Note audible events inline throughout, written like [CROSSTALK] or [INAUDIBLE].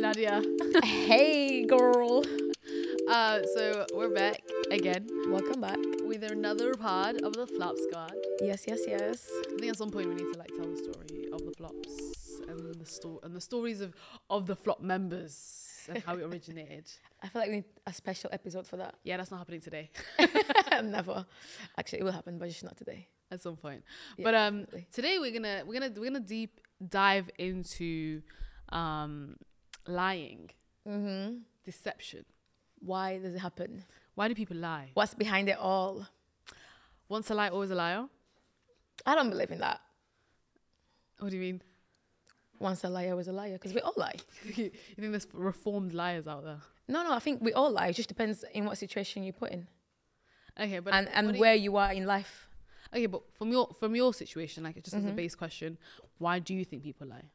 Nadia. hey, girl. Uh, so we're back again Welcome back. with another part of the Flops Guard. Yes, yes, yes. I think at some point we need to like tell the story of the flops and the sto- and the stories of of the flop members and how it originated. I feel like we need a special episode for that. [LAUGHS] Yeah, that's not happening today. [LAUGHS] Never. Actually, it will happen, but just not today. [LAUGHS] at some point. Yeah, but um definitely. today we're gonna we're gonna we're gonna deep dive into um lying, Mm-hmm. deception. Why does it happen? Why do people lie? What's behind it all? Once a lie, always a liar. I don't believe in that. What do you mean? [LAUGHS] Once a liar was a liar, because we all lie. you think there's reformed liars out there? No, no, I think we all lie. It just depends in what situation you put in Okay, but and, what and do where you are in life. you, okay, but from your from your situation, like just Mm-hmm. as a base question, why do you think people lie?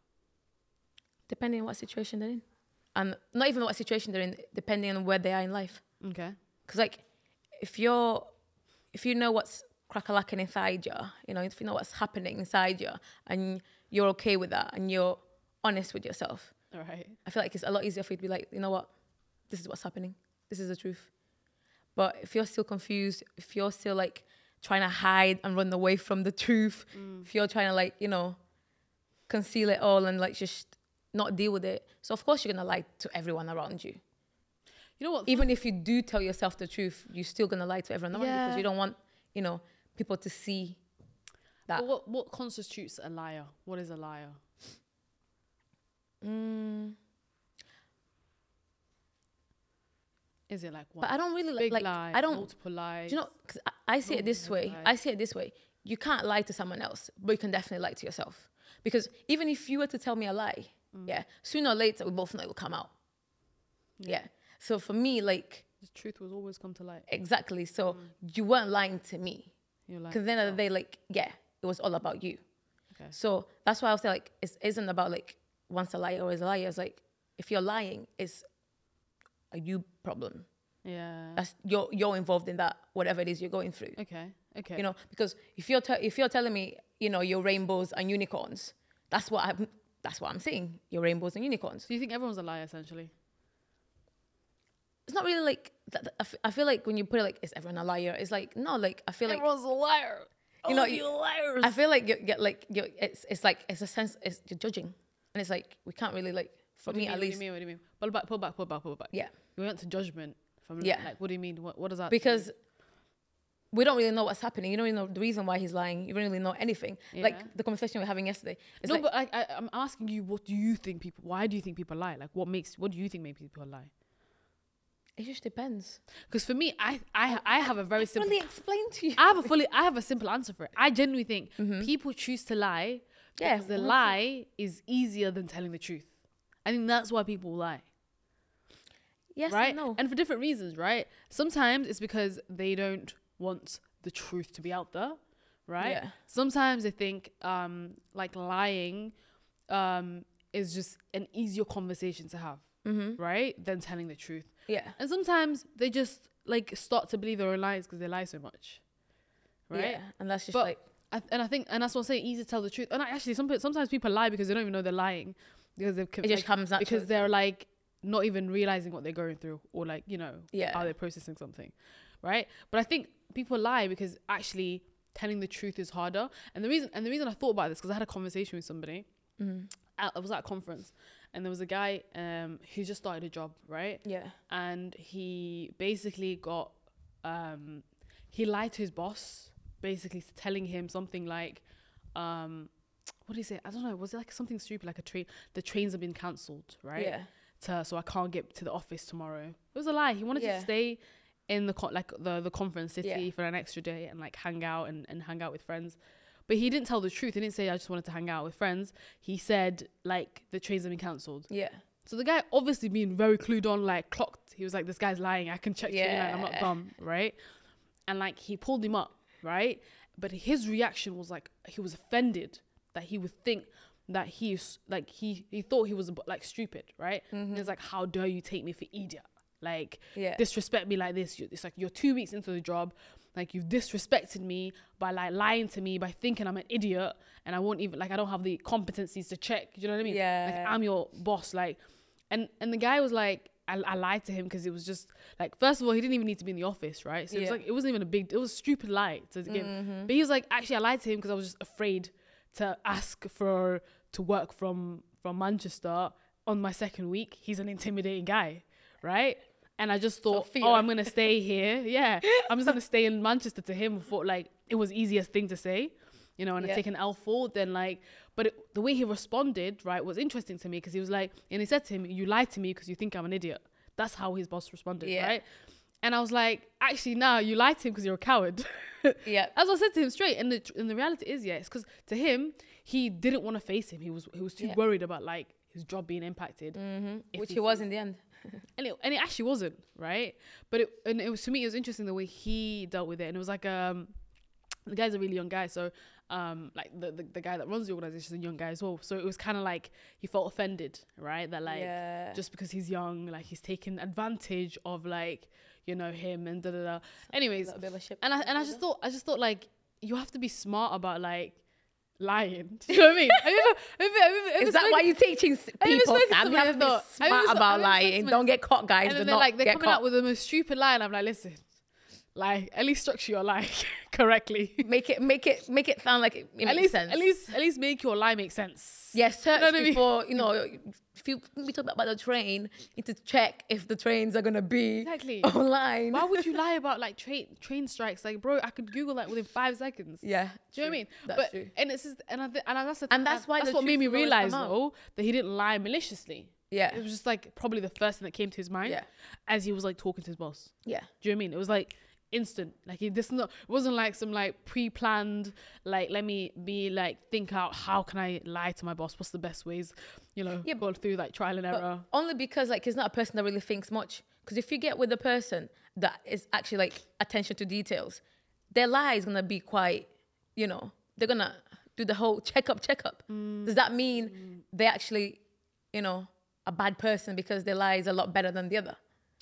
depending on what situation they're in. And not even what situation they're in, depending on where they are in life. Okay, Because like, if you're, if you know what's crackalacking inside you, you know, if you know what's happening inside you, and you're okay with that, and you're honest with yourself, all right. I feel like it's a lot easier for you to be like, you know what, this is what's happening, this is the truth. But if you're still confused, if you're still like trying to hide and run away from the truth, if you're trying to like, you know, conceal it all and like just not deal with it, so of course you're gonna lie to everyone around you. You know what? Even if you do tell yourself the truth, you're still gonna lie to everyone around you Yeah. because you don't want, you know, people to see that. But what what constitutes a liar? What is a liar? Mm. Is it like one But I don't really like, big like lie? I don't multiple lies. Do you know? 'cause I, I see it this way. right. I see it this way. You can't lie to someone else, but you can definitely lie to yourself. Because even if you were to tell me a lie, Mm. yeah, sooner or later we both know it will come out. Yeah. So for me, like the truth will always come to light. exactly. So Mm. you weren't lying to me. You're like, oh. Because at the end of the day, like yeah, it was all about you. Okay. So that's why I was say like it isn't about like once a liar always a liar. It's like if you're lying, it's a you problem. yeah. That's you're you're involved in that whatever it is you're going through. Okay. Okay. you know because if you're te- if you're telling me you know your rainbows and unicorns that's what i'm that's what i'm seeing your rainbows and unicorns so you think everyone's a liar essentially? it's not really like th- th- I f- I feel like when you put it like is everyone a liar it's like no like i feel like everyone's a liar. You know, you- liars. i feel like you get like you it's it's like it's a sense it's you're judging and it's like we can't really like for what do me you mean, at what do least you mean? What do you mean? Pull back. Pull back. Pull back. Pull back. yeah You went to judgment from Yeah. like what do you mean? What what does that because we don't really know what's happening you don't really know the reason why he's lying you don't really know anything Yeah. like the conversation we were having yesterday it's no, like, but I, I I'm asking you what do you think people why do you think people lie? Like what makes what do you think makes people lie? it just depends Because for me I I I have a very simple really explain to you I have a fully I have a simple answer for it. I genuinely think people choose to lie Mm-hmm. Yeah, because the 100%. lie is easier than telling the truth. I think that's why people lie. yes right? and no And for different reasons, right? Sometimes it's because they don't want the truth to be out there, right? Yeah. Sometimes they think um, like lying um, is just an easier conversation to have, right? Than telling the truth. Mm-hmm. yeah And sometimes they just like start to believe their own lies because they lie so much, right? Yeah, and that's just But like I, and I think, and that's what I'm saying, easy to tell the truth. And I actually, some, pe- sometimes people lie because they don't even know they're lying because they've it just comes naturally. because they're like not even realizing what they're going through or like you know Yeah. how they're processing something right but i think people lie because actually telling the truth is harder and the reason and the reason i thought about this because i had a conversation with somebody Mm-hmm. at, i was at a conference and there was a guy um who just started a job right yeah, and he basically got um he lied to his boss basically s- telling him something like um what did he say i don't know was it like something stupid like a train the trains have been cancelled right yeah, to, so i can't get to the office tomorrow it was a lie he wanted Yeah. to stay in the co- like the the conference city Yeah. for an extra day and like hang out and, and hang out with friends but he didn't tell the truth he didn't say i just wanted to hang out with friends he said like the trains have been cancelled yeah, so the guy obviously being very clued on, like clocked. He was like, "This guy's lying. I can check yeah. I'm not Yeah. dumb, right?" And like he pulled him up, right? But his reaction was like he was offended that he would think that he's like he he thought he was like stupid, right? And it's like, how dare you take me for idiot? Like Mm-hmm. yeah, disrespect me like this. You- It's like you're two weeks into the job, like you've disrespected me by like lying to me by thinking I'm an idiot and I won't even like I don't have the competencies to check. You know what I mean? Yeah. Like I'm your boss. Like and and the guy was like I, I lied to him because it was just like first of all he didn't even need to be in the office right so it was Yeah. Mm-hmm. like it wasn't even a big it was a stupid lie to give but he was like actually I lied to him because I was just afraid to ask for to work from from Manchester on my second week he's an intimidating guy right and I just thought fear. oh I'm gonna stay here yeah I'm just gonna stay in Manchester to him I thought like it was easiest thing to say you know, and I Yeah. take an L four, then like, but it, the way he responded, right, was interesting to me because he was like, and he said to him, "You lied to me because you think I'm an idiot." That's how his boss responded, Yeah. right? And I was like, actually, no, you lied to him because you're a coward. [LAUGHS] Yeah. As I said to him straight, and the tr- and the reality is, yeah, it's because to him, he didn't want to face him. He was he was too Yeah. worried about like his job being impacted, if Which he he was in the end. and it, and it actually wasn't right but it and it was to me it was interesting the way he dealt with it and it was like um the guy's a really young guy so um like the the, the guy that runs the organization is a young guy as well so it was kind of like he felt offended right that like yeah. just because he's young like he's taken advantage of like you know him and da da da anyways little bit of a ship. and I and I just thought I just thought like you have to be smart about like lying. [LAUGHS] Do you know what I mean? Have you ever- have you ever- have you ever Is that spoken- why you're teaching s- I even people? spoke to Sam? You somebody have to I be thought- I even smart spoke- I about even spoke to lying. somebody- Don't get caught, guys. and Do then they're not like they're get coming out caught. with the most stupid lie, and I'm like, listen, like at least structure your lie [LAUGHS] correctly. Make it, make it, make it sound like it, it at makes least, sense. at least, at least make your lie make sense. Yeah, search what I mean? before, you know, if you, we talk about the train, you need to check if the trains are going to be [LAUGHS] Exactly. Oh online. Why would you lie about like train train strikes? Like, bro, I could Google that within five seconds. Yeah. Do you know what I mean? That's but true. and it's just, and I th- and I- that's the And thing, that's why that's the what made truth me will always realize come out. though that he didn't lie maliciously. Yeah. It was just like probably the first thing that came to his mind Yeah. as he was like talking to his boss. Yeah. Do you know what I mean? It was like instant. Like it, this not it wasn't like some like pre-planned. Like let me be like think out how can I lie to my boss? What's the best ways? You know, Yeah, go through like trial and But error. only because like he's not a person that really thinks much. Because if you get with a person that is actually like attention to details, their lie is gonna be quite, you know, they're gonna do the whole checkup, checkup. Does that mean they actually, you know, a bad person because their lie is a lot better than the other?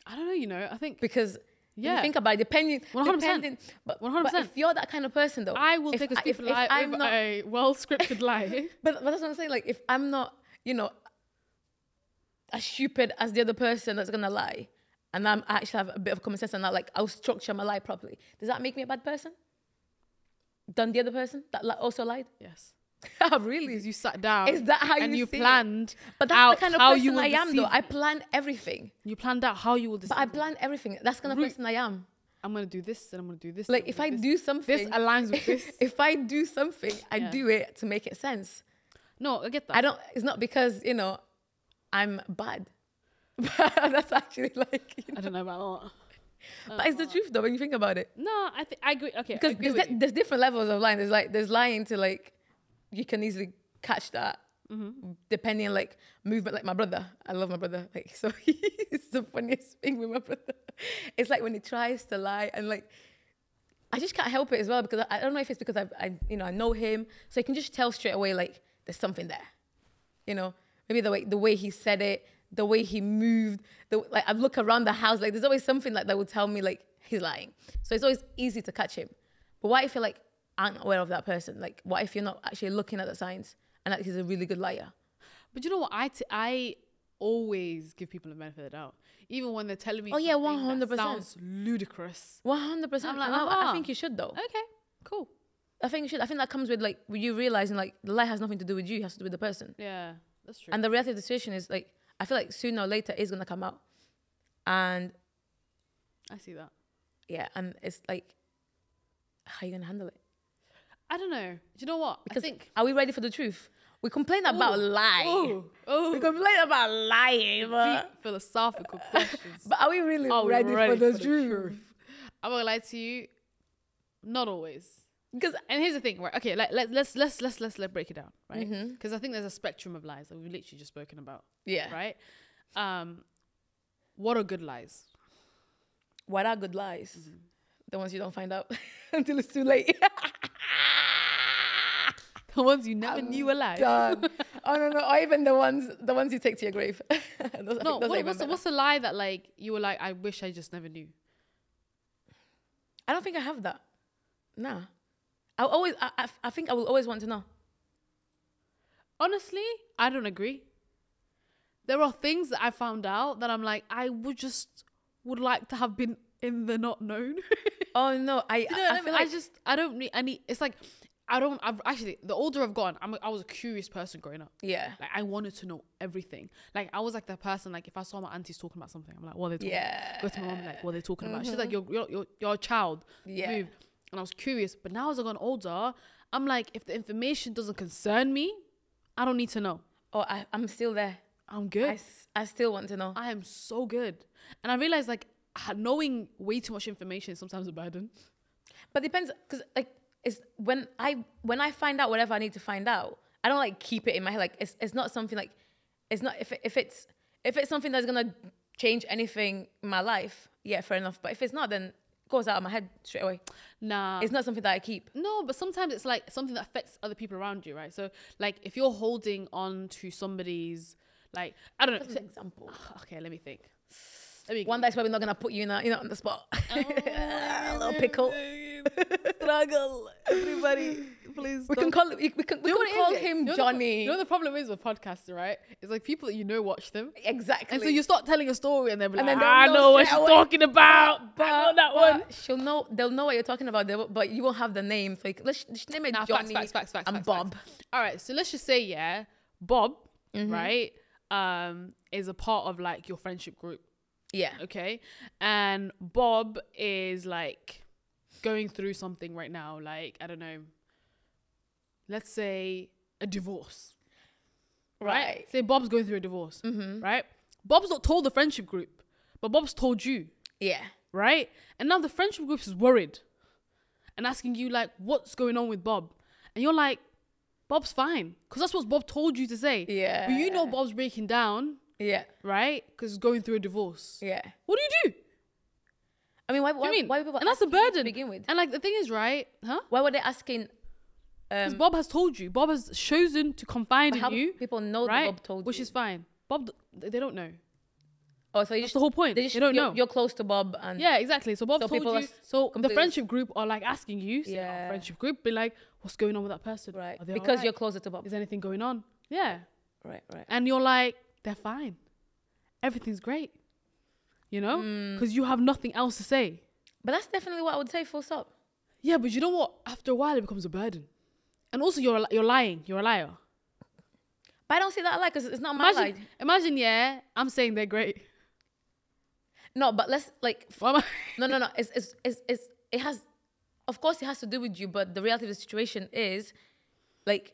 I don't know. You know, I think Because yeah, Yeah. you think about it, depending, 100%. depending. But, but 100%. if you're that kind of person though, I will if take a I- if- stupid if lie I'm over not- a well-scripted [LAUGHS] lie. but, but that's what I'm saying. Like, if I'm not, you know, as stupid as the other person that's gonna lie, and I'm I actually have a bit of common sense and I like I'll structure my lie properly. Does that make me a bad person? Than the other person that li- also [LAUGHS] lied. [LAUGHS] Yes, really? because you sat down. Is that how and you you see it? planned? But that's out the kind of how person you will I am, though. deceive I me. plan everything, you planned out how you will. but Deceive. I plan everything. That's the kind of Root. person I am. I'm gonna do this, and I'm gonna do this. Like, and if I'm I gonna do something, this aligns [LAUGHS] with this. if I do something, I Yeah. do it to make it sense. no, I get that. I don't. It's not because you know I'm bad. [LAUGHS] that's actually like you I don't know about [LAUGHS] that. But it's the truth though when you think about it. No, I think I agree. Okay, Because I agree there's, with di- you. there's different levels of lying. There's like there's lying to like you can easily catch that Mm-hmm. depending on like movement. Like my brother, I love my brother. Like [LAUGHS] so, it's the funniest thing with my brother. [LAUGHS] It's like when he tries to lie and like I just can't help it as well because I, I don't know if it's because I, I you know I know him, so I can just tell straight away like there's something there. You know, maybe the way the way he said it, the way he moved, the like I look around the house, like there's always something like that will tell me like he's lying. So it's always easy to catch him. But what if you're like aren't aware of that person? Like what if you're not actually looking at the signs and like he's a really good liar? But you know what? I t- I always give people the benefit of the doubt, even when they're telling me. Oh, yeah, something that 100%. Sounds ludicrous. One hundred percent. I'm like, I uh-huh. think you should though. Okay, cool. I think you should. I think that comes with like with you realizing like the lie has nothing to do with you, it has to do with the person. Yeah, that's true. And the reality of the situation is like I feel like sooner or later it's gonna come out. And I see that. yeah, and it's like how are you gonna handle it? I don't know. Do you know what? Because I think. are we ready for the truth? We complain about Ooh. lying. Oh, We oh, complain about lying, but, deep [LAUGHS] philosophical questions. uh, but are we really Are we ready, for ready the for the truth? I won't lie to you. Not always. Because And here's the thing, right? Okay, like, let's let's let's let's let's let's break it down, right? Mm-hmm. Because I think there's a spectrum of lies that we've literally just spoken about, yeah, right? Um, what are good lies? [LAUGHS] what are good lies? Mm-hmm. The ones you don't find out [LAUGHS] until it's too late. The ones you never knew were lies. [LAUGHS] Done. oh no no, or even the ones the ones you take to your grave. [LAUGHS] Those- I think No, those are what, even what's the, better. what's the lie that like you were like, I wish I just never knew? I don't think I have that. Nah. I always, I, I, I think I will always want to know. Honestly, I don't agree. there are things that I found out that I'm like, I would just would like to have been in the not known. [LAUGHS] Oh no, I you know what I, [LAUGHS] I, I mean? feel like I just I don't need any. It's like I don't. I've actually the older I've gotten, I'm a, I was a curious person growing up. yeah, Like I wanted to know everything. Like I was like the person. Like if I saw my aunties talking about something, I'm like, what are they talking? yeah. About? Go to my mom, like what are they talking about? She's like, you're you're you're, you're a child. Mm-hmm. Yeah. Move. And I was curious, but now as I've gotten older, I'm like, if the information doesn't concern me, I don't need to know. Oh, I, I'm still there. I'm I, good. s- I still want to know. I am so good. And I realized like ha- knowing way too much information is sometimes a burden. But depends, cause like it's when I when I find out whatever I need to find out, I don't like keep it in my head. Like it's it's not something like it's not if it, if it's if it's something that's gonna change anything in my life, yeah, fair enough. But if it's not, then it goes out of my head straight away. Uh-huh. Nah. It's not something that I keep. no, but sometimes it's like something that affects other people around you, right? So like if you're holding on to somebody's like I don't That's know. an example. [SIGHS] Okay, let me think. Let me One that's probably not gonna put you in a, you know on the spot. Oh, [LAUGHS] [LAUGHS] a little pickle. struggle. Everybody, please. We can call we can, we can call him Johnny. you know the problem is with podcasting, right? It's like people that you know watch them. exactly. And so you start telling a story and they're like, And then I they'll know know what she's straight away. talking about. But, I know that But one. She'll know. They'll know what you're talking about. They, will- but you won't have the name. So you can- let's, let's name it Nah, Johnny facts, facts, facts, facts, and facts, Bob. Mm-hmm. facts. All right, so let's just say yeah, Bob, right, um, is a part of like your friendship group, Yeah. okay, and Bob is like going through something right now, like I don't know, let's say a divorce, right? Right. Mm-hmm. Say Bob's going through a divorce, right? Bob's not told the friendship group, but Bob's told you, Yeah. right? And now the friendship group is worried and asking you, like, what's going on with Bob? And you're like, Bob's fine. Because that's what Bob told you to say. Yeah. But you know Bob's breaking down, Yeah. right? Because he's going through a divorce. Yeah. What do you do? I mean, why? Why, I mean, why would people? and that's a asking you To burden. begin with. And like the thing is, right? Huh? Why were they asking? Because Um, Bob has told you. Bob has chosen to confide but how in you, people know right? that Bob told Which you? is fine. Bob, d- they they don't know. oh, so you That's just, the whole point. They just They don't you're, know. You're close to Bob, and Yeah, exactly. So Bob So people told are you. s- So the completely- friendship group are like asking you. Say, yeah. Yeah. friendship group be like, what's going on with that person? right, Are they because alright? you're closer to Bob. is anything going on? Yeah. Right. Right. And you're like, they're fine. Everything's great. You know? Mm. Because you have nothing else to say. But that's definitely what I would say. Full stop. Yeah, but you know what? After a while, it becomes a burden. And also, you're, a li- you're lying. You're a liar. But I don't see that like because it's not my Imagine, life. imagine, yeah, I'm saying they're great. [LAUGHS] No, but let's like Why am I? No, no, no. It's, it's, it's, it's, it has, of course, it has to do with you, but the reality of the situation is, like,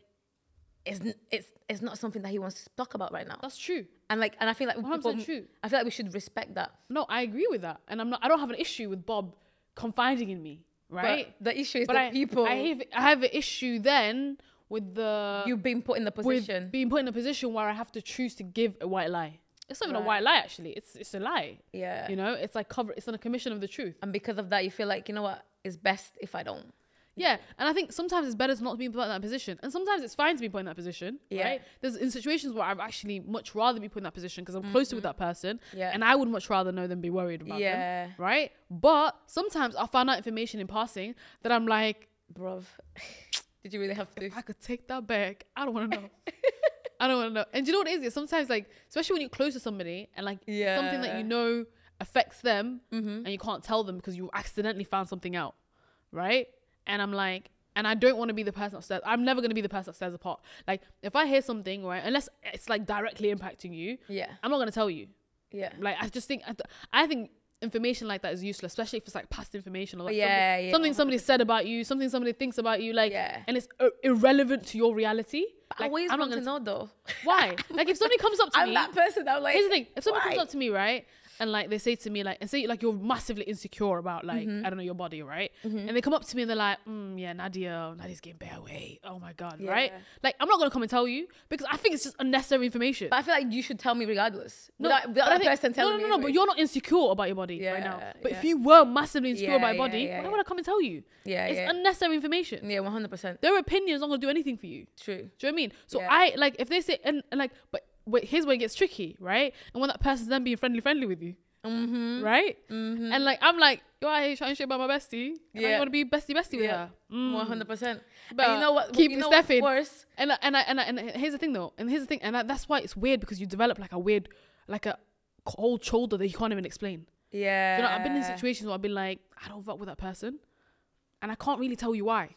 it's, n- it's, it's not something that he wants to talk about right now. That's true. And like, and I feel like Well, I'm people, saying true. I feel like we should respect that. No, I agree with that. And I'm not, I don't have an issue with Bob confiding in me, right? But the issue is But that I, people, I have, I have an issue then with the. you've been put in the with position. being put in a position where I have to choose to give a white lie. It's not even a white lie, actually. It's it's a lie. yeah. You know, it's like cover. It's on a commission of the truth. and because of that, you feel like, you know what, it's best if I don't. Yeah, and I think sometimes it's better to not be put in that position, and sometimes it's fine to be put in that position. Yeah. Right? There's in situations where I've actually much rather be put in that position because I'm closer with that person, Mm-hmm. Yeah. and I would much rather know than be worried about Yeah. them. Right. But sometimes I find out information in passing that I'm like, Bruv, [LAUGHS] did you really have to? if I could take that back, I don't want to [LAUGHS] know. I don't want to know. And do you know what it is? It's sometimes like, especially when you're close to somebody and like something that Yeah. you know affects them Mm-hmm. and you can't tell them because you accidentally found something out, right? And I'm like, and I don't want to be the person that stares. I'm never going to be the person that stares apart. Like if I hear something, right, unless it's like directly impacting you, Yeah. I'm not going to tell you. Yeah. Like I just think I, th- I think information like that is useless, especially if it's like past information or like Yeah, something, yeah, something somebody said about you, something somebody thinks about you, like, Yeah. and it's ir- irrelevant to your reality. I always want to know though. why. Like if [LAUGHS] somebody comes up to I'm me, that person that I'm like, here's the thing: if somebody comes why? up to me, right, and like they say to me, like, and say like you're massively insecure about like Mm-hmm. I don't know your body, right, and they come up to me and they're like, mm, yeah, Nadia, Nadia's getting bare weight. Oh my god, right? Yeah. Like I'm not gonna come and tell you because I think it's just unnecessary information. But I feel like you should tell me regardless. No, No, without, without but I that think- person telling no, no, me. no, no, but anyway. you're not insecure about your body right now. Yeah, But if yeah. you were massively insecure Yeah, about your yeah, body, yeah, why yeah. would I come and tell you? Yeah, it's yeah. unnecessary information. Yeah, one hundred percent. Their opinion's not gonna do anything for you. True. Do you know what I mean? So Yeah. I like if they say and, and, like, but wait, here's where it gets tricky, right? And when that person's then being friendly, friendly with you, Mm-hmm. right? And like I'm like, yo, I ain't trying shit about my bestie. And yeah. I Yeah. want to be bestie bestie with Yeah. her. Mm. One hundred percent. But But you know what? keep you it know what's stepping. Worse. And I- and I, and I, and here's the thing though, and here's the thing, and that, that's why it's weird because you develop like a weird, like a cold shoulder that you can't even explain. Yeah. You know, I've been in situations where I've been like, I don't fuck with that person, and I can't really tell you why,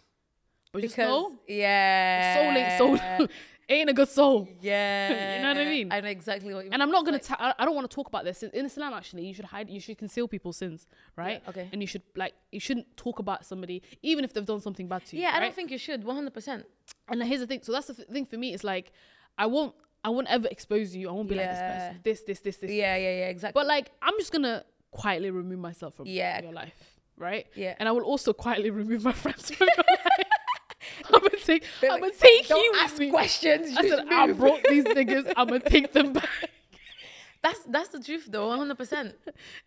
but just know yeah. soul ain't [LAUGHS] soul, ain't a good soul. [LAUGHS] Yeah. You know what I mean? I know exactly what you mean. And I'm not It's gonna. like- ta- I I don't want to talk about this in Islam. Actually, you should hide. You should conceal people's sins, right? Yeah, okay. And you should like. You shouldn't talk about somebody, even if they've done something bad to you. yeah, I right? don't think you should. 100%. And here's the thing. So that's the th- thing for me. It's like, I won't. I won't ever expose you. I won't be like this Yeah. person. This, this, this, this. Yeah, yeah, yeah, exactly. But like, I'm just gonna quietly remove myself from Yeah. your life, right? Yeah. And I will also quietly remove my friends from [LAUGHS] your life. [LAUGHS] I'm gonna take. They're I'm gonna like, take don't you with ask me." questions. I just said, I move." brought these niggas. I'm gonna take them back. That's that's the truth though, 100%.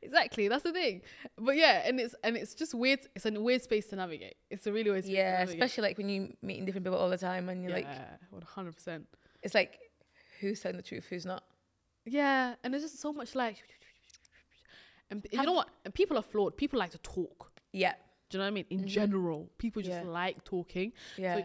Exactly, that's the thing. But yeah, and it's and it's just weird. It's a weird space to navigate. It's a really weird space. yeah, to navigate. especially like when you meeting different people all the time and you're like yeah, one hundred percent. it's like who's telling the truth, who's not. Yeah, and there's just so much like, and you Have- know what? And people are flawed. People like to talk. Yeah. Do you know what I mean? In general, people just Mm-hmm. Yeah. like talking. Yeah. So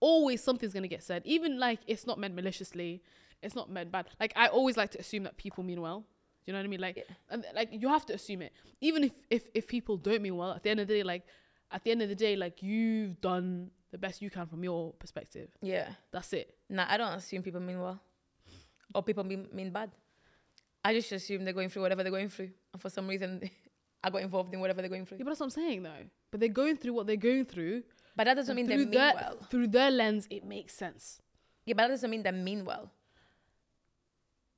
always something's gonna get said. Even like it's not meant maliciously. It's not meant bad. Like I always like to assume that people mean well. Do you know what I mean? Like, Yeah. and, like you have to assume it. Even if, if if people don't mean well, at the end of the day, like at the end of the day, like you've done the best you can from your perspective. yeah. That's it. Nah, I don't assume people mean well. Or people mean, mean bad. I just assume they're going through whatever they're going through. And for some reason [LAUGHS] I got involved in whatever they're going through. Yeah, but that's what I'm saying though. But they're going through what they're going through. But that doesn't mean they through mean their well. through their lens, it makes sense. Yeah, but that doesn't mean they mean well.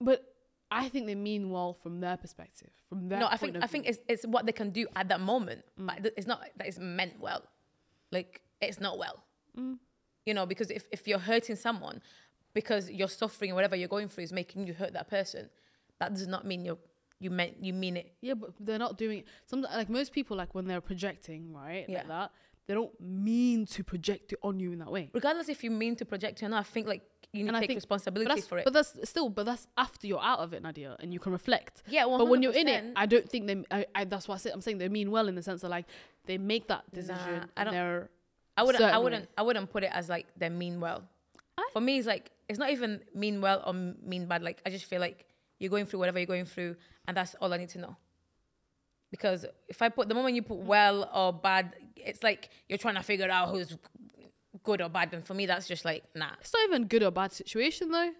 But I think they mean well from their perspective. From their no, I point think of I think view. it's, it's what they can do at that moment, but th- it's not that it's meant well. Like it's not well, Mm. you know, because if, if you're hurting someone because you're suffering or whatever you're going through is making you hurt that person, that does not mean you you meant you mean it. Yeah, but they're not doing it. Some like most people, like when they're projecting, right, Yeah. like that, they don't mean to project it on you in that way. Regardless if you mean to project it or not, I think like you need And to I take think- But responsibility that's, for it. but that's still, but that's after you're out of it, Nadia, and you can reflect. yeah, But when you're in it, 100%. I don't think they. I, I, that's why I said, I'm saying they mean well in the sense that like they make that decision. Nah, I and don't- they're- I wouldn't. I Certainly. wouldn't. I wouldn't put it as like they mean well. I- For me, it's like it's not even mean well or mean bad. Like I just feel like you're going through whatever you're going through, and that's all I need to know. Because if I put the moment you put well or bad, it's like you're trying to figure out who's good or bad. And for me, that's just like nah. it's not even good or bad situation though.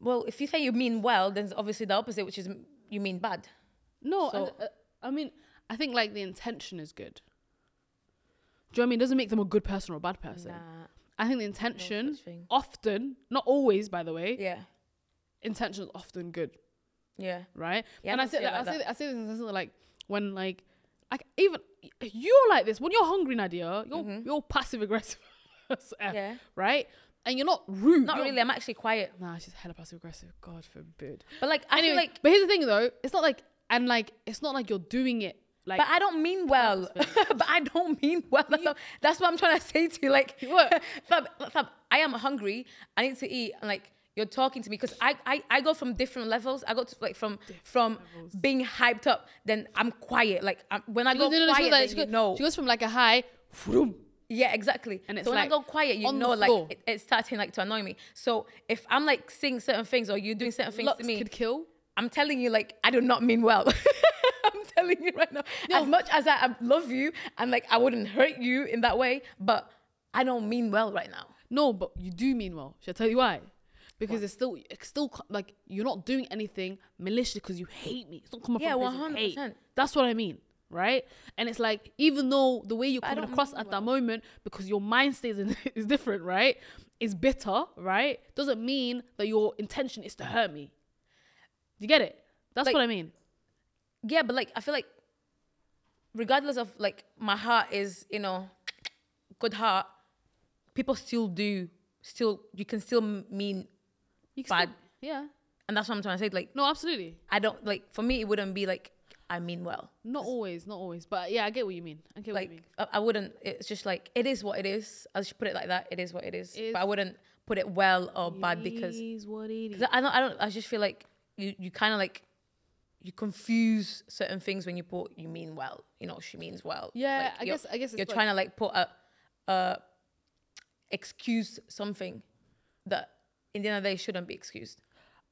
Well, if you say you mean well, then it's obviously the opposite, which is m- you mean bad. No, So- and, uh, I mean, I think like the intention is good. Do you know what I mean? It doesn't make them a good person or a bad person. Nah, I think the no such intention, thing. often, not always, by the way, Yeah, intention is often good. yeah, right? Yeah, I and I don't say feel that, like I say that. that. I say this in the sense of, like when like like even you're like this when you're hungry, Nadia. You're you're passive aggressive, [LAUGHS] as F, Mm-hmm. yeah. right? And you're not rude. Not you're- really. I'm actually quiet. Nah, she's hella passive aggressive. God forbid. But like, I Anyway, feel like but here's the thing though. It's not like and like it's not like you're doing it like. oh, But I don't mean well. [LAUGHS] but I don't mean well. That's, what, that's what I'm trying to say to you. Like, What? [LAUGHS] fam, fam, I am hungry. I need to eat. And like, you're talking to me because I, I I go from different levels. I go to like from from being hyped up. Then I'm quiet. Like I'm, when I She go goes, no, no, no, she quiet, goes like- then she you goes- know. she goes from like a high, vroom. Yeah, exactly. And it's so when like I go quiet, you on the know, like floor. it, it's starting like to annoy me. So if I'm like seeing certain things or you're doing certain things Lux to me, could kill. I'm telling you, like, I do not mean well. [LAUGHS] I'm telling you right now. As much as I I love you and like I wouldn't hurt you in that way, but I don't mean well right now. No, but you do mean well. Shall I tell you why? Because it's still, it's still co- like you're not doing anything maliciously because you hate me. It's not coming Yeah, from a place of hate. 100%. That's what I mean, right? And it's like even though the way you're I coming don't across mean at that moment, because your mind state is, [LAUGHS] is different, right? Is bitter, right? Doesn't mean that your intention is to hurt me. Do you get it? That's Like- what I mean. Yeah, but like I feel like regardless of like my heart is, you know, good heart, people still do still you can still m- mean You can bad. still- yeah. and that's what I'm trying to say. Like, No, absolutely. I don't like for me it wouldn't be like I mean well. Not always, not always. But yeah, I get what you mean. I get what you mean. like I, I wouldn't it's just like it is what it is i just put it like that it is what it is It but i is- wouldn't put it well or bad because It is what it is. 'cause i don't i don't i just feel like you you kind of like you confuse certain things when you put you mean well you know she means well Yeah, Like, I you're- guess I guess it's you're like- trying to like put a, a excuse something that in the end of the day shouldn't be excused.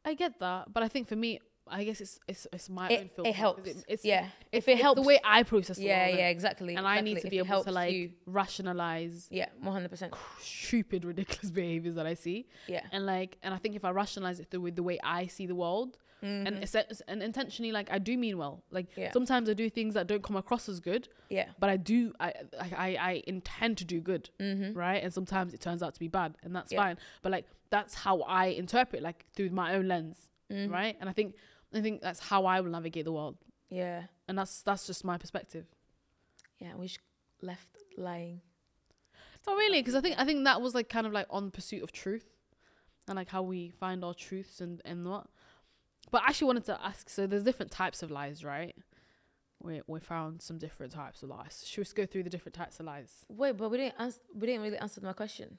I get that, but I think for me, I guess it's it's, it's my It- own it filter. 'cause helps. it's, Yeah. If it it helps, helps- the way I process. the Yeah, world, yeah, and- exactly. And I exactly. need to If be it able helps to like you. rationalize yeah, one hundred percent. stupid, ridiculous [LAUGHS] behaviors that I see, Yeah, and like, and I think if I rationalize it through with the way I see the world, and it's, and intentionally, like, I do mean well. Like Mm-hmm. Yeah. sometimes I do things that don't come across as good, yeah, but I do I I, I, I intend to do good, Mm-hmm. right? And sometimes it turns out to be bad, and that's Yeah. fine. But like that's how I interpret like through my own lens, Mm-hmm. right? And I think I think that's how I will navigate the world, yeah, and that's that's just my perspective. yeah. We sh- left lying. Not really, because I think I think that was like kind of like on the pursuit of truth, and like how we find our truths and and what. But I actually wanted to ask. So there's different types of lies, right? We we found some different types of lies. Should we just go through the different types of lies? Wait, but we didn't ans- we didn't really answer my question.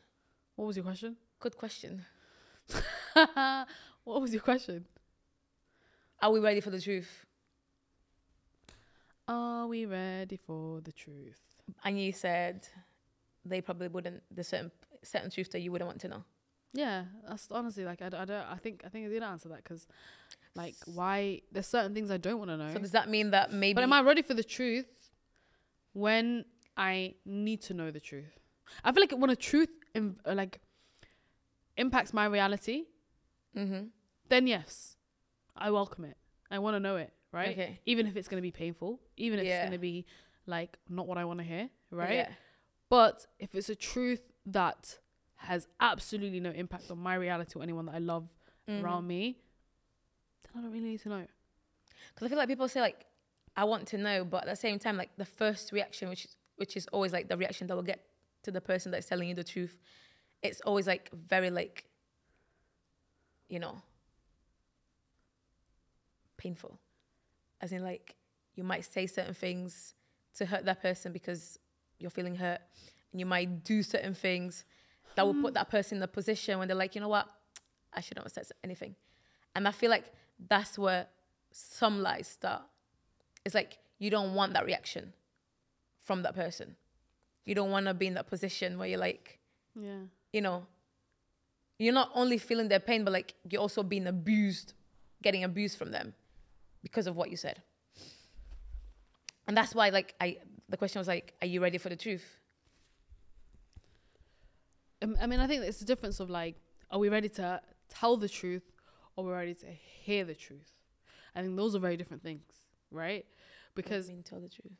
What was your question? [LAUGHS] Good question. what was your question? Are we ready for the truth? Are we ready for the truth? And you said they probably wouldn't. There's certain certain truth that you wouldn't want to know. Yeah, that's honestly like I, d- I don't I think I think I did answer that because like why there's certain things I don't want to know. So does that mean that maybe? but am I ready for the truth when I need to know the truth? I feel like when a truth in, uh, like impacts my reality, Mm-hmm. then yes, I welcome it. I want to know it, right? Okay. Even if it's going to be painful, even if Yeah. it's going to be like not what I want to hear, right? Yeah. But if it's a truth that has absolutely no impact on my reality or anyone that I love Mm-hmm. around me, then I don't really need to know. Because I feel like people say like, I want to know, but at the same time, like the first reaction, which is- which is always like the reaction that will get to the person that's telling you the truth, it's always like very like, you know, painful. As in like, you might say certain things to hurt that person because you're feeling hurt, and you might do certain things that will put that person in a position when they're like, you know what, I shouldn't have said anything, and I feel like that's where some lies start. It's like you don't want that reaction from that person. You don't want to be in that position where you're like, Yeah. you know, you're not only feeling their pain, but like you're also being abused, getting abused from them because of what you said. And that's why, like, I the question was like, are you ready for the truth? Um, I mean, I think it's the difference of like, are we ready to tell the truth or we're ready to hear the truth? I think those are very different things, right? Because I mean, tell the truth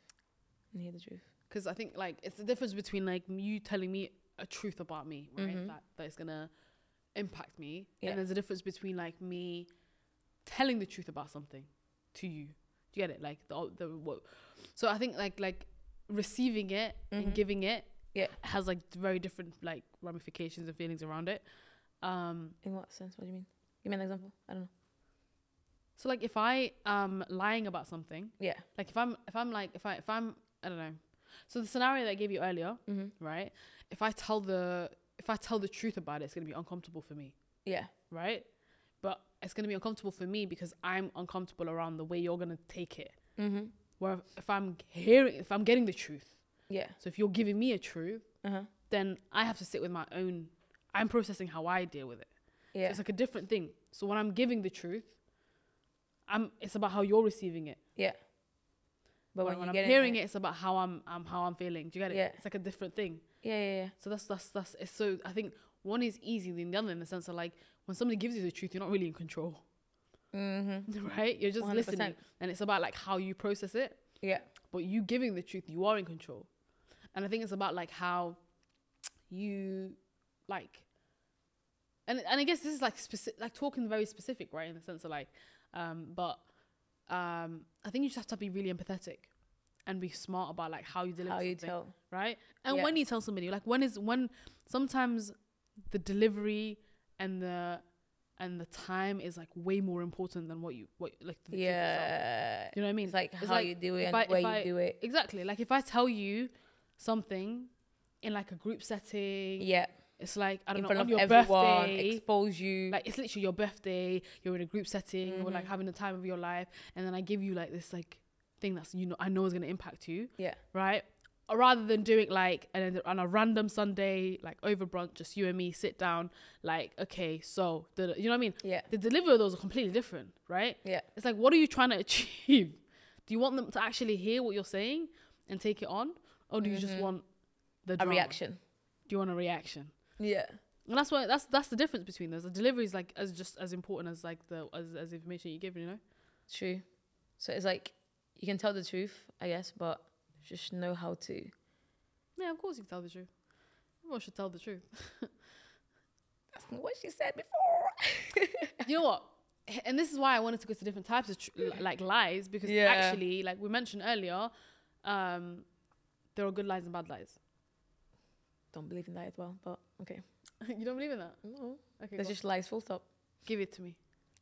and hear the truth. because I think like it's the difference between like you telling me a truth about me, right? Mhm. That that is gonna impact me, Yeah. and there's a difference between like me telling the truth about something to you. Do you get it? Like the the what? So I think like like receiving it Mhm. and giving it Yeah. has like very different like ramifications and feelings around it. Um, In what sense? What do you mean? Give me an example. I don't know. so like if I am lying about something, Yeah. like if I'm if I'm like if I if I'm I don't know. So the scenario that I gave you earlier, Mm-hmm. right? If I tell the if I tell the truth about it, it's gonna be uncomfortable for me, Yeah. right? But it's gonna be uncomfortable for me because I'm uncomfortable around the way you're gonna take it. Mm-hmm. Where if I'm hearing, if I'm getting the truth, Yeah. so if you're giving me a truth, Uh huh. then I have to sit with my own. I'm processing how I deal with it. So Yeah. it's like a different thing. So when I'm giving the truth, I'm. It's about how you're receiving it. Yeah. But But when, you I'm get hearing it, it's about how I'm, I'm how I'm feeling. Do you get it? Yeah. It's like a different thing. yeah, yeah, yeah, So that's that's that's it's so I think one is easy than the other in the sense of like when somebody gives you the truth, you're not really in control, [LAUGHS] mm-hmm. right? You're just 100%. listening, and it's about like how you process it. yeah, But you giving the truth, you are in control, and I think it's about like how you like, and and I guess this is like specific, like talking very specific, right? In the sense of like, um, but um, I think you just have to be really empathetic and be smart about like how you deliver how you something tell, right? And Yeah. when you tell somebody, like when is when sometimes the delivery and the and the time is like way more important than what you what like the truth itself. yeah, Do you know what I mean? it's like It's how like, you do it if and I- where if you I- do it, exactly. Like if I tell you something in like a group setting, yeah, it's like I don't in know front on of your everyone, birthday. expose you, Like it's literally your birthday. You're in a group setting. You're like Mhm. having the time of your life, and then I give you like this like thing that's you know I know is gonna impact you yeah, right? or rather than doing like and on a random Sunday, like over brunch, just you and me sit down, like, okay, so, da- da- you know what I mean? Yeah. The delivery of those are completely different, right? Yeah. It's like, what are you trying to [LAUGHS] achieve? Do you want them to actually hear what you're saying and take it on? Or do you just want the Mm-hmm. A drama? reaction. Do you want a reaction? Yeah. And that's why that's that's the difference between those. The delivery is like as just as important as like the as, as the information you give, you know? True. So it's like you can tell the truth, I guess, but just know how to. Yeah, of course you can tell the truth. Everyone should tell the truth. [LAUGHS] That's not what she said before. [LAUGHS] you know what? H- And this is why I wanted to go to different types of tr- li- like lies because Yeah. actually, like we mentioned earlier, um, there are good lies and bad lies. Don't believe in that as well, but okay. [LAUGHS] you don't believe in that? No. Okay, There's go. just lies, full stop. give it to me.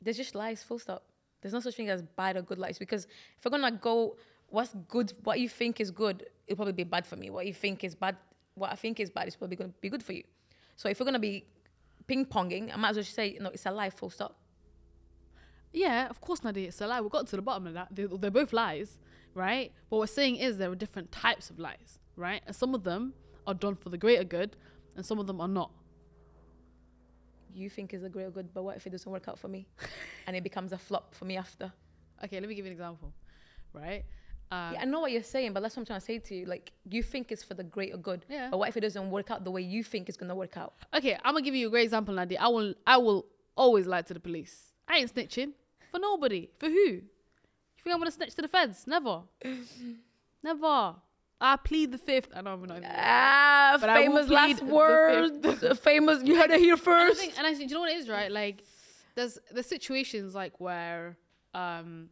There's just lies, full stop. There's no such thing as bad or good lies because if we're gonna go, what's good, what you think is good, it'll probably be bad for me. What you think is bad, what I think is bad is probably gonna be good for you. So if we're gonna be ping ponging, I might as well just say, no, it's a lie, full stop. Yeah, of course, Nadia, it's a lie. We got to the bottom of that. They're, they're both lies, right? What we're saying is there are different types of lies, right? And some of them are done for the greater good, and some of them are not. You think is a great or good, but what if it doesn't work out for me, [LAUGHS] and it becomes a flop for me after? Okay, let me give you an example, right? Um, yeah, I know what you're saying, but that's what I'm trying to say to you. Like, you think it's for the greater good, Yeah. but what if it doesn't work out the way you think it's gonna work out? Okay, I'm gonna give you a great example, Nadia. I will I will always lie to the police. I ain't snitching. For nobody. For who? You think I'm gonna snitch to the feds? [LAUGHS] Never. Never. I plead the fifth. I know I'm not even Ah, But I will famous last plead the words. famous, you heard it here and I first. think, and I think, do you know what it is, right? Like, there's there's situations like where um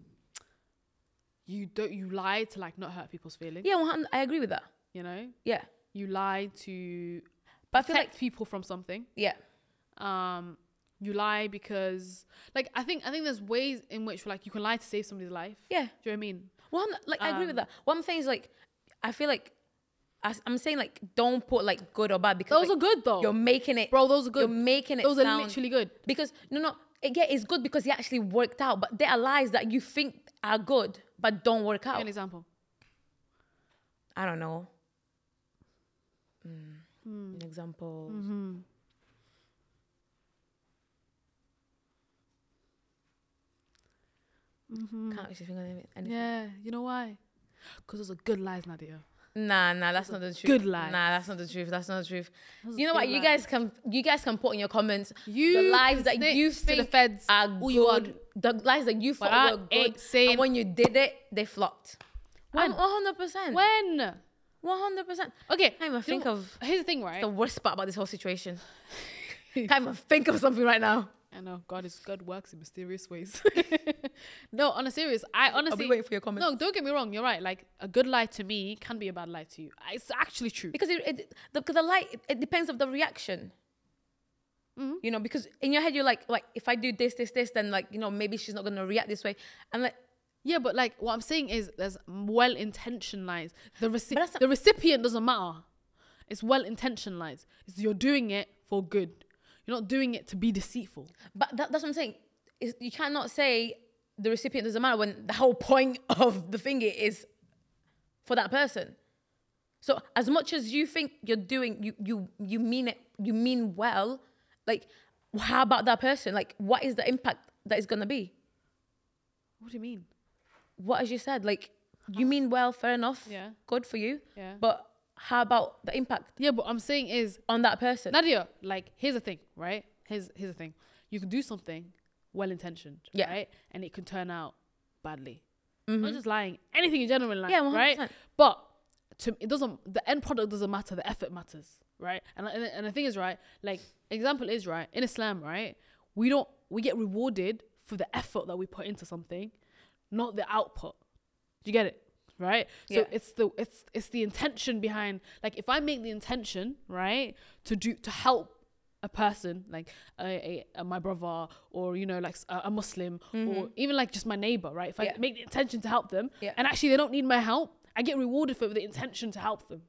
you don't you lie to like not hurt people's feelings. Yeah, 100 I agree with that. You know, Yeah, you lie to but I feel like protect people from something. yeah, um you lie because like i think i think there's ways in which like you can lie to save somebody's life yeah. do you know what i mean Well, I'm, like I agree with Um, that. What I'm saying is like, I feel like I, am saying like don't put like good or bad because those like, are good though you're making it. bro those are you're good making it. those are sound- literally good because no, no. It, yeah, it's good because it actually worked out, but there are lies that you think are good but don't work Give me out. an example I don't know. Mm. An example. Hmm. mm-hmm. Can't actually think of any- anything. yeah you know why because those are good lies nadia Nah, nah, that's not the truth. good lies. Nah, that's not the truth. That's not the truth. Those are You know what? good You lies. guys can you guys can put in your comments you the lies can that snitch you to think the feds are all you want. good. The lies that you But thought I were ain't good. saying- and when you did it, they flopped. When? One hundred percent. when One hundred percent. okay Hmm. Can't do even you know think what- of here's the thing right the worst part about this whole situation. [LAUGHS] [LAUGHS] Can't even think of something right now. i know god is god works in mysterious [LAUGHS] ways [LAUGHS] no on a serious i I'll be honestly waiting for your comments. No, don't get me wrong. You're right. Like a good lie to me can be a bad lie to you. It's actually true. because it, it the, because the light it, it depends of the reaction Mm-hmm. you know because in your head you're like like if i do this this this then like you know maybe she's not gonna react this way and like Yeah, but like what I'm saying is there's well-intentioned lies. The reci- But that's not- the recipient doesn't matter. It's well-intentioned lies. It's you're doing it for good. You're not doing it to be deceitful. but that, that's what i'm saying is you cannot say the recipient doesn't matter when the whole point [LAUGHS] of the thingy is for that person so as much as you think you're doing you you you mean it you mean well like how about that person like what is the impact that is gonna be What do you mean? what as you said like you mean well fair enough Yeah. good for you Yeah. but how about the impact Yeah, but I'm saying is on that person Nadia, like here's the thing, right? Here's here's the thing. You can do something well-intentioned, Yeah. Mm-hmm. right? And it can turn out badly. Not just lying, anything in general in life, Yeah, right? 100%. But to it doesn't the end product doesn't matter, the effort matters, right? And and, and the thing is, right, like example is right, in Islam, right, we don't we get rewarded for the effort that we put into something, not the output. Do you get it? Right? Yeah. So it's the it's it's the intention behind like if I make the intention, right, to do to help a person like a, a, a- my brother or you know like s- a, a muslim or even like just my neighbor right if i Mm-hmm. Yeah. make the intention to help them Yeah. and actually they don't need my help i get rewarded for the intention to help them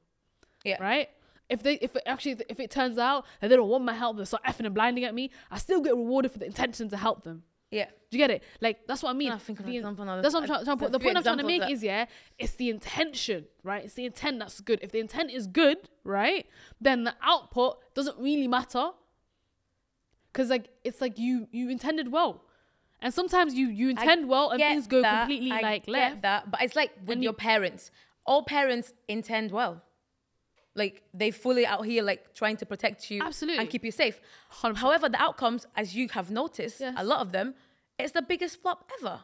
Yeah. right if they if it actually if it turns out that they don't want my help they start effing and blinding at me i still get rewarded for the intention to help them Yeah. Do you get it? Like that's what I mean. I think of an The- example now. that's what I'm I- trying, trying to there's put. The a few point I'm trying to examples make is yeah, it's the intention, right? It's the intent that's good. If the intent is good, right, then the output doesn't really matter. Cause like it's like you you intended well, and sometimes you you I intend well and get things go that, completely I like get left. That, but it's like with And your you- parents. All parents intend well. Like they fully out here like trying to protect you Absolutely. and keep you safe. 100%. However, the outcomes, as you have noticed, Yes. a lot of them, it's the biggest flop ever.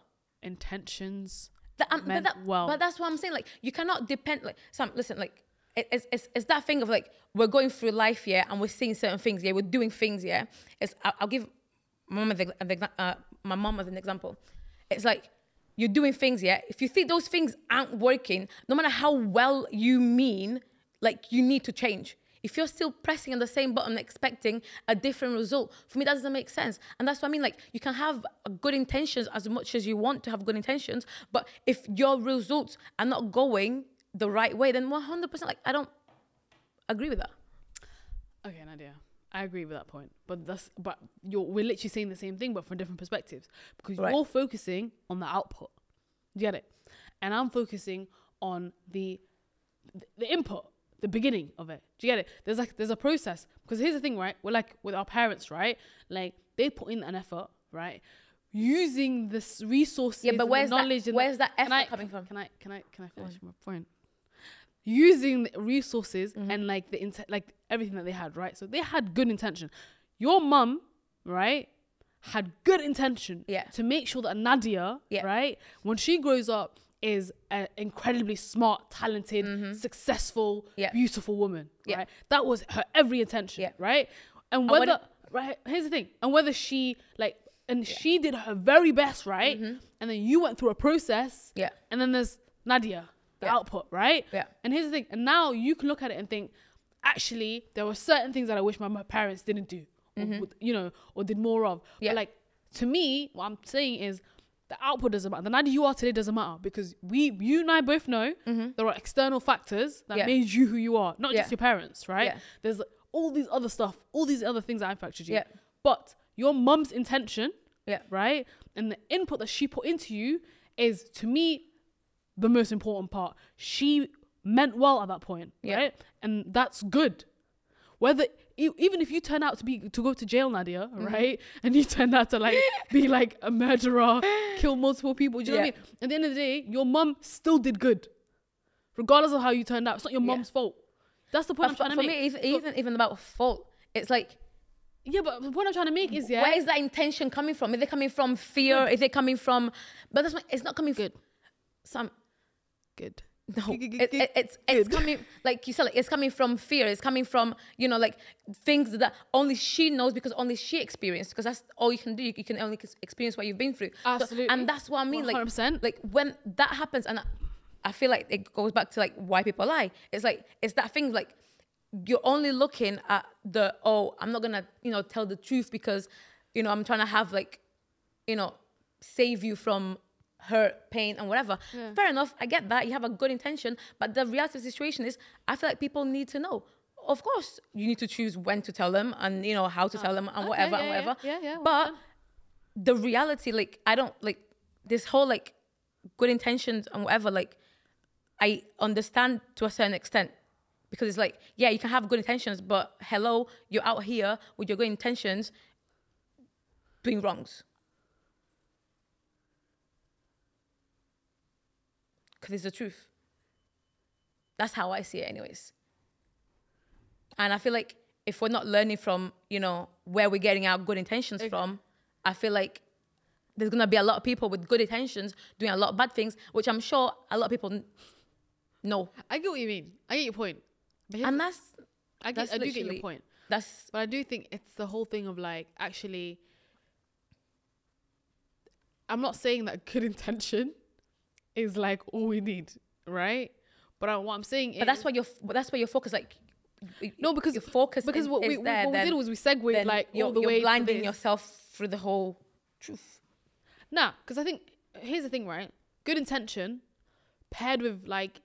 Intentions. That, um, but, meant that, well. but that's what I'm saying. Like you cannot depend. Like Sam, listen. Like it- it's, it's it's that thing of like we're going through life, yeah, and we're seeing certain things, yeah, we're doing things, yeah. It's I'll, I'll give my mom as, a- as a- uh, my mom as an example. It's like you're doing things, yeah. If you think those things aren't working, no matter how well you mean, like you need to change. If you're still pressing on the same button, expecting a different result, for me that doesn't make sense. And that's what I mean. Like you can have good intentions as much as you want to have good intentions, but if your results are not going the right way, then 100% like I don't agree with that. Okay, Nadia, I agree with that point, but that's but you're we're literally saying the same thing, but from different perspectives because Right. you're focusing on the output. Do you get it? And I'm focusing on the the input, the beginning of it. Do you get it? There's like there's a process because here's the thing, right? We're like with our parents, right? Like they put in an effort, right? Using this resources, Yeah, but and the where's that- knowledge and the- where's that Can I- effort coming from? Can I can I can I finish my point? using the resources Mm-hmm. and like the int- like everything that they had, right? So they had good intention. Your mum, right, had good intention Yeah. to make sure that Nadia, Yeah. right, when she grows up is an incredibly smart, talented, successful, Mm-hmm. Yeah. beautiful woman, Yeah. right? That was her every intention, Yeah. right? And what whether right, here's the thing. And whether she like and she did her very best, right? And then you went through a process Mm-hmm. Yeah. and then there's Nadia, the Yeah. output, right? Yeah. And here's the thing, and now you can look at it and think, actually, there were certain things that I wish my, my parents didn't do, or, would- you know, or did more of. Mm-hmm. Yeah. But like to me, what I'm saying is the output doesn't matter. The Nadia you are today doesn't matter because we, you and I both know there are external factors that Mm-hmm. Yeah. made you who you are, not Yeah. just your parents, right? Yeah. There's like, all these other stuff, all these other things that impacted you. Yeah. But your mum's intention, Yeah. right, and the input that she put into you is to me the most important part. She meant well at that point, Yeah. right? And that's good. Whether e- even if you turn out to be to go to jail, Nadia, Mm-hmm. right, and you turn out to like be like a murderer, kill multiple people, do you know Yeah. what I mean? At the end of the day, your mum still did good, regardless of how you turned out. It's not your Yeah. mum's fault. That's the point But I'm for, trying for to me, make. even, So- even even about fault, it's like yeah, but the point I'm trying to make is yeah, Where is that intention coming from? Is it coming from fear? Is it coming from? But that's my, it's not coming Good. from some. good. No, G- g- it, g- it- it's it's good. coming like you said. Like, it's coming from fear. It's coming from you know like things that only she knows because only she experienced. Because that's all you can do. You, you can only ex- experience what you've been through. So- Absolutely. and that's what I mean. Like 100%. like when that happens, and I, I feel like it goes back to like why people lie. It's like it's that thing like you're only looking at the oh i'm not gonna you know tell the truth because you know i'm trying to have like you know save you from hurt pain and whatever fair enough i get that you have a good intention but the reality of the situation is i feel like people need to know of course you need to choose when to tell them and you know how to tell them and Uh, okay, whatever and yeah, yeah, whatever yeah, yeah, well but done. the reality like i don't like this whole like good intentions and whatever like i understand to a certain extent because it's like yeah you can have good intentions but hello you're out here with your good intentions doing wrongs because it's the truth that's how i see it anyways and i feel like if we're not learning from you know where we're getting our good intentions from i feel like there's gonna be a lot of people with good intentions doing a lot of bad things which i'm sure a lot of people kn- know I get what you mean. I get your point. But here's and that's I, get, That's I do get your literally- point. that's But I do think it's the whole thing of like actually. I'm not saying that good [LAUGHS] intention is like all we need, right? But I, what I'm saying but is that's why your f- that's why your focus like y- no because your focus because is- what, we, is what there, we did then- was we segued then like you're, all the you're way to blinding this. yourself through the whole truth Nah, because I think here's the thing, right? Good intention paired with like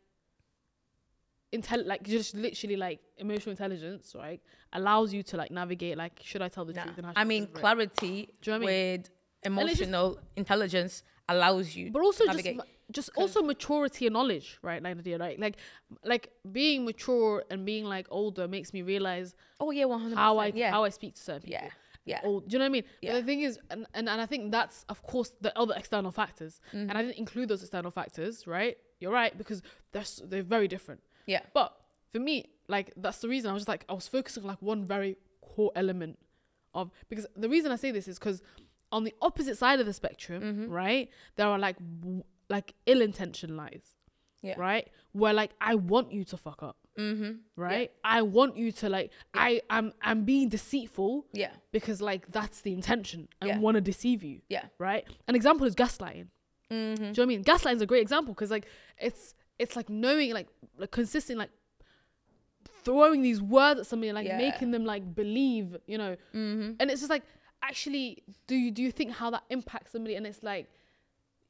intel like just literally like emotional intelligence, right? Allows you to like navigate like should I tell the Nah. truth and how should i I mean deliver it? clarity Do you know what I with emotional intelligence allows you. but also to just navigate. ma- just also maturity and knowledge right like Nadia, like like like being mature and being like older makes me realize oh yeah, one hundred. how i yeah. how i speak to certain people yeah, yeah, Or do you know what I mean? But Yeah. the thing is, and, and, and I think that's, of course, the other external factors. And Mm-hmm. I didn't include those external factors, right? You're right, because they're, s- they're very different. yeah, But for me, like, that's the reason I was just like, I was focusing on like one very core element of, because the reason I say this is because on the opposite side of the spectrum, Mm-hmm. right, there are like, w- like ill intention lies, yeah. right? Where like, I want you to fuck up. Mm-hmm. Right, I want you to like. I am. I'm being deceitful Yeah, because like that's the intention and Yeah. want to deceive you yeah, right an example is gaslighting do Mm-hmm. you know what i mean gaslighting is a great example because like it's it's like knowing like, like consistent like throwing these words at somebody like Yeah. making them like believe you know Mm-hmm. and it's just like actually do you do you think how that impacts somebody and it's like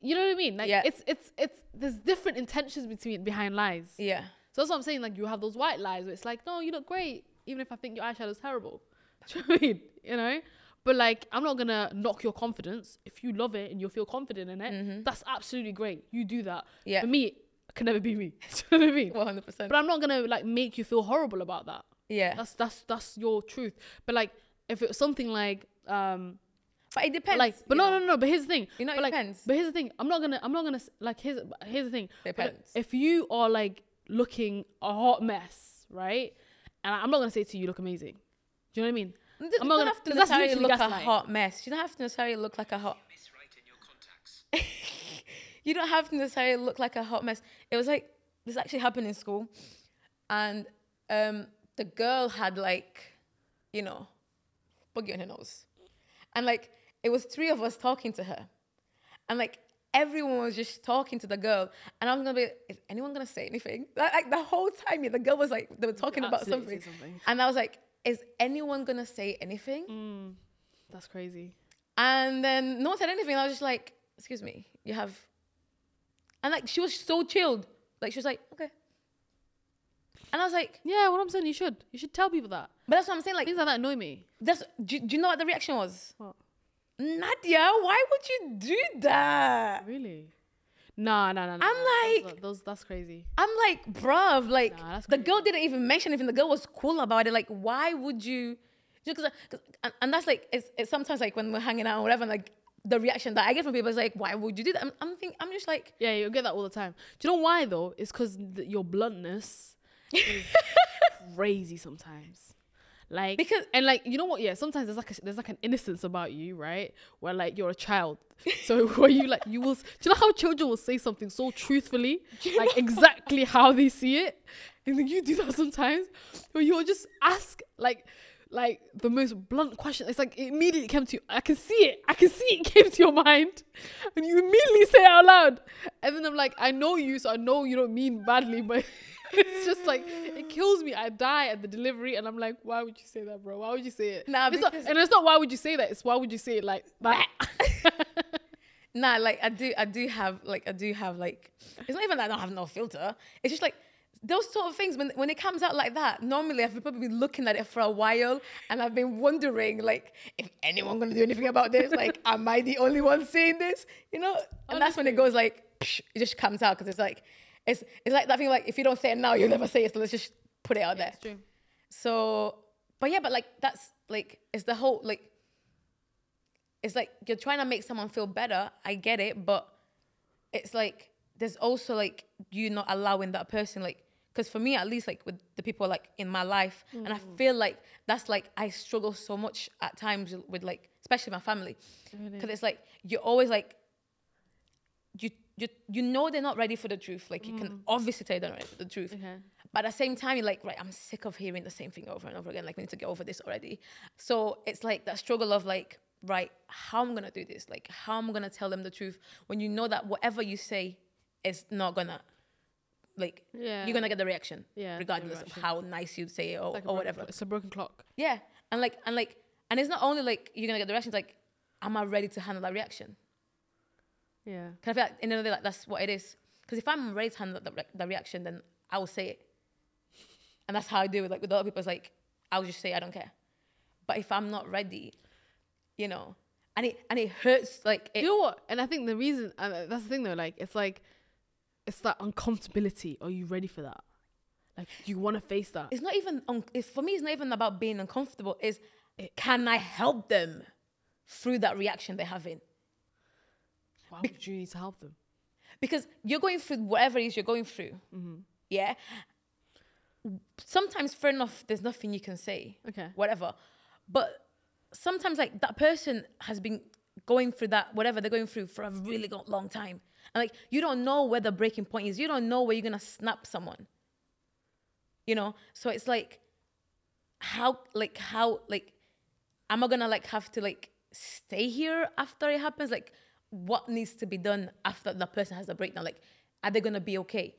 you know what i mean like Yeah. it's it's it's there's different intentions between behind lies yeah. so that's what I'm saying. Like you have those white lies where it's like, no, you look great, even if I think your eyeshadow's terrible. [LAUGHS] Do you know what I mean? You know? But like, I'm not gonna knock your confidence. If you love it and you feel confident in it, that's absolutely great. You do that. Mm-hmm. Yeah. For me, it can never be me. [LAUGHS] Do you know what I mean? One hundred percent. But I'm not gonna like make you feel horrible about that. Yeah, That's that's that's your truth. But like, if it was something like, um, but it depends. like, but you no, know. no, no, no. But here's the thing. You know, it but like, depends. But here's the thing. I'm not gonna. I'm not gonna. s- Like, here's here's the thing. But Depends. if you are like looking a hot mess, right? And I- I'm not gonna say to you, you look amazing. Do you know what I mean? You don't I'm not gonna- have to 'cause that's necessarily literally look a gaslighting. hot mess. You don't have to necessarily look like a hot. [LAUGHS] you don't have to necessarily look like a hot mess. It was like this actually happened in school, and um, the girl had like, you know, buggy on her nose, and like it was three of us talking to her, and like everyone was just talking to the girl, and I was gonna be, is anyone gonna say anything? Like, like, the whole time, yeah, the girl was like, they were talking about Absolutely something, say something. and I was like, is anyone gonna say anything? Mm, That's crazy. And then no one said anything. I was just like, excuse me, you have. And like, she was so chilled. Like, she was like, okay. And I was like, Yeah, what I'm saying, you should. You should tell people that. but that's what I'm saying. Like, Things like that annoy me. that's, do, do you know what the reaction was? What? Nadia, why would you do that? Really? Nah, nah, nah. nah I'm nah. like- those, those. That's crazy. I'm like, bruv, like, Nah, that's the girl didn't even mention anything. The girl was cool about it. Like, why would you? Because, and, and that's like, it's, it's sometimes like when we're hanging out or whatever, like, the reaction that I get from people is like, why would you do that? I'm, I'm, think, I'm just like, Yeah, you get that all the time. Do you know why though? It's because th- your bluntness is crazy sometimes. Like Because- and like you know what? Yeah, sometimes there's like a, there's like an innocence about you, right? Where like you're a child, so [LAUGHS] where you like you will. s- Do you know how children will say something so truthfully, like exactly how they see it? And then you do that sometimes, where you'll just ask like. Like the most blunt question, it's like it immediately came to you. I can see it. I can see it came to your mind, and you immediately say it out loud. And then I'm like, I know you, so I know you don't mean badly, but [LAUGHS] it's just like it kills me. I die at the delivery, and I'm like, why would you say that, bro? Why would you say it? Nah, it's not, because- and it's not why would you say that. It's why would you say it like [LAUGHS] [LAUGHS] that? Nah, like I do, I do have, like I do have, like it's not even that I don't have no filter. It's just like those sort of things when when it comes out like that. Normally, I've probably been looking at it for a while, and I've been wondering, like, if anyone gonna do anything about this. Like, am I the only one seeing this? You know, and that's when it goes like psh, it just comes out because it's like it's it's like that thing like if you don't say it now, you'll never say it. So let's just put it out there. true. So, but yeah, but like that's like it's the whole like it's like you're trying to make someone feel better. I get it, but it's like there's also like you not allowing that person like because for me at least like with the people like in my life and I feel like that's like I struggle so much at times with like especially my family because it's like you're always like you you you know they're not ready for the truth like you can obviously tell they're not ready for the truth Okay. but at the same time, you're like, right, I'm sick of hearing the same thing over and over again. Like, we need to get over this already. So it's like that struggle of like, right, how am I gonna do this? Like, how am I gonna tell them the truth when you know that whatever you say is not gonna, like, Yeah. you're gonna get the reaction, Yeah, the regardless reaction. of how nice you say it Like a or, or broken whatever. clock- It's a broken clock. Yeah, and like, and like, and it's not only like you're gonna get the reaction. It's like, am I ready to handle that reaction? Yeah. Can I feel like in another like that's what it is? Because if I'm ready to handle the, re- the reaction, then I will say it, and that's how I do it. Like with other people, it's like I'll just say I don't care. But if I'm not ready, you know, and it and it hurts like it, you know what? And I think the reason uh, that's the thing though, like it's like it's that uncomfortability. Are you ready for that? Like, do you want to face that? it's not even un- it's, for me it's not even about being uncomfortable is can i help them through that reaction they're having Why would you need to help them? because you're going through whatever it is you're going through yeah sometimes fair enough there's nothing you can say Okay. whatever but sometimes like that person has been going through that whatever they're going through for a really go- long time and like you don't know where the breaking point is you don't know where you're gonna snap someone you know so it's like how like how like am i gonna like have to like stay here after it happens like what needs to be done after the person has a breakdown like are they gonna be okay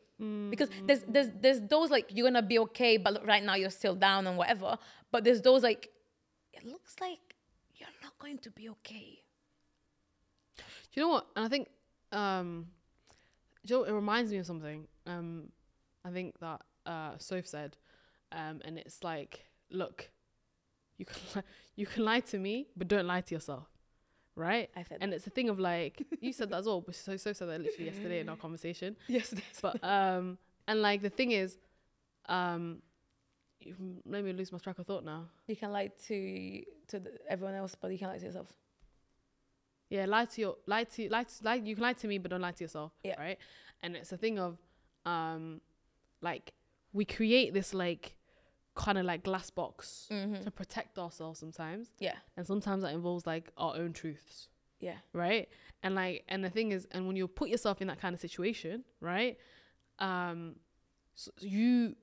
because there's there's there's those like you're gonna be okay but right now you're still down and whatever but there's those like it looks like you're not going to be okay Do you know what? And I think, um, do you know, what? it reminds me of something. Um, I think that uh, Soph said, um, and it's like, look, you can li- [LAUGHS] you can lie to me, but don't lie to yourself, right? I said And it's a thing of like, you said that as well, but so Soph said that literally yesterday [LAUGHS] in our conversation. yes [LAUGHS] But um, and like the thing is, um, you've made me lose my track of thought now. you can lie to to the, everyone else but you can lie to yourself Yeah, lie to your lie to lie to lie. You can lie to me, but don't lie to yourself. Yeah. Right. And it's a thing of, um, like we create this like kind of like glass box Mm-hmm. to protect ourselves sometimes, yeah and sometimes that involves like our own truths, yeah right? And like, and the thing is, and when you put yourself in that kind of situation, right, um, so you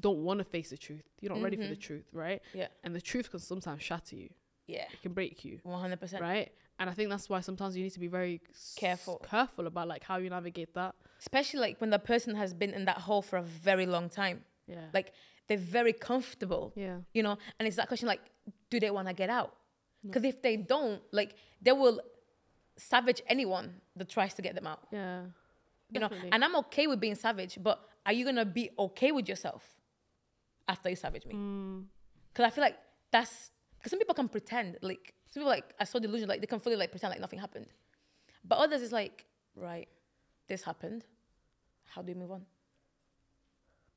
don't want to face the truth. You're not ready for the truth, right? Mm-hmm. Yeah. And the truth can sometimes shatter you. yeah It can break you 100% right and i think that's why sometimes you need to be very s- Careful. careful about like how you navigate that especially like when the person has been in that hole for a very long time yeah like they're very comfortable yeah you know and it's that question like do they want to get out because if they don't like they will savage anyone that tries to get them out yeah you Definitely. know and i'm okay with being savage but are you gonna be okay with yourself after you savage me Mm. because i feel like that's because some people can pretend like some people like i saw delusion like they can fully like pretend like nothing happened but others is like right this happened how do we move on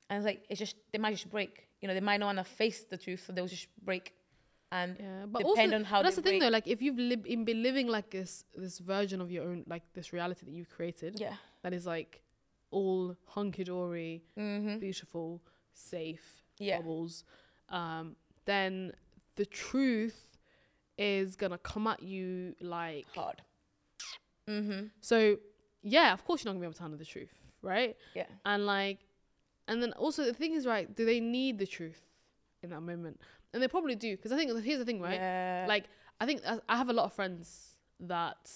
and it's like it's just they might just break you know they might not want to face the truth so they'll just break and yeah but depend also on how but that's they the thing break. though like if you've lib- in- been living like this this version of your own like this reality that you've created yeah that is like all hunky-dory beautiful safe Mm-hmm. Yeah. bubbles um then the truth is gonna come at you like hard Mm-hmm. so yeah of course you're not gonna be able to handle the truth right yeah and like and then also the thing is right do they need the truth in that moment and they probably do because i think here's the thing right yeah like i think I, I have a lot of friends that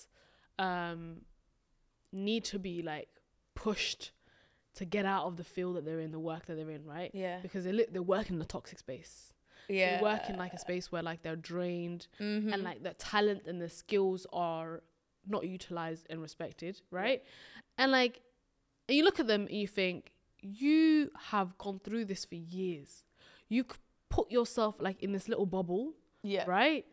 um need to be like pushed to get out of the field that they're in the work that they're in right yeah because they li- they work in the toxic space yeah Mm-hmm. Hmm. they work in like a space where like they're drained and like their talent and their skills are not utilized and respected, right? And like, and you look at them and you think you have gone through this for years. You c- put yourself like in this little bubble, yeah right?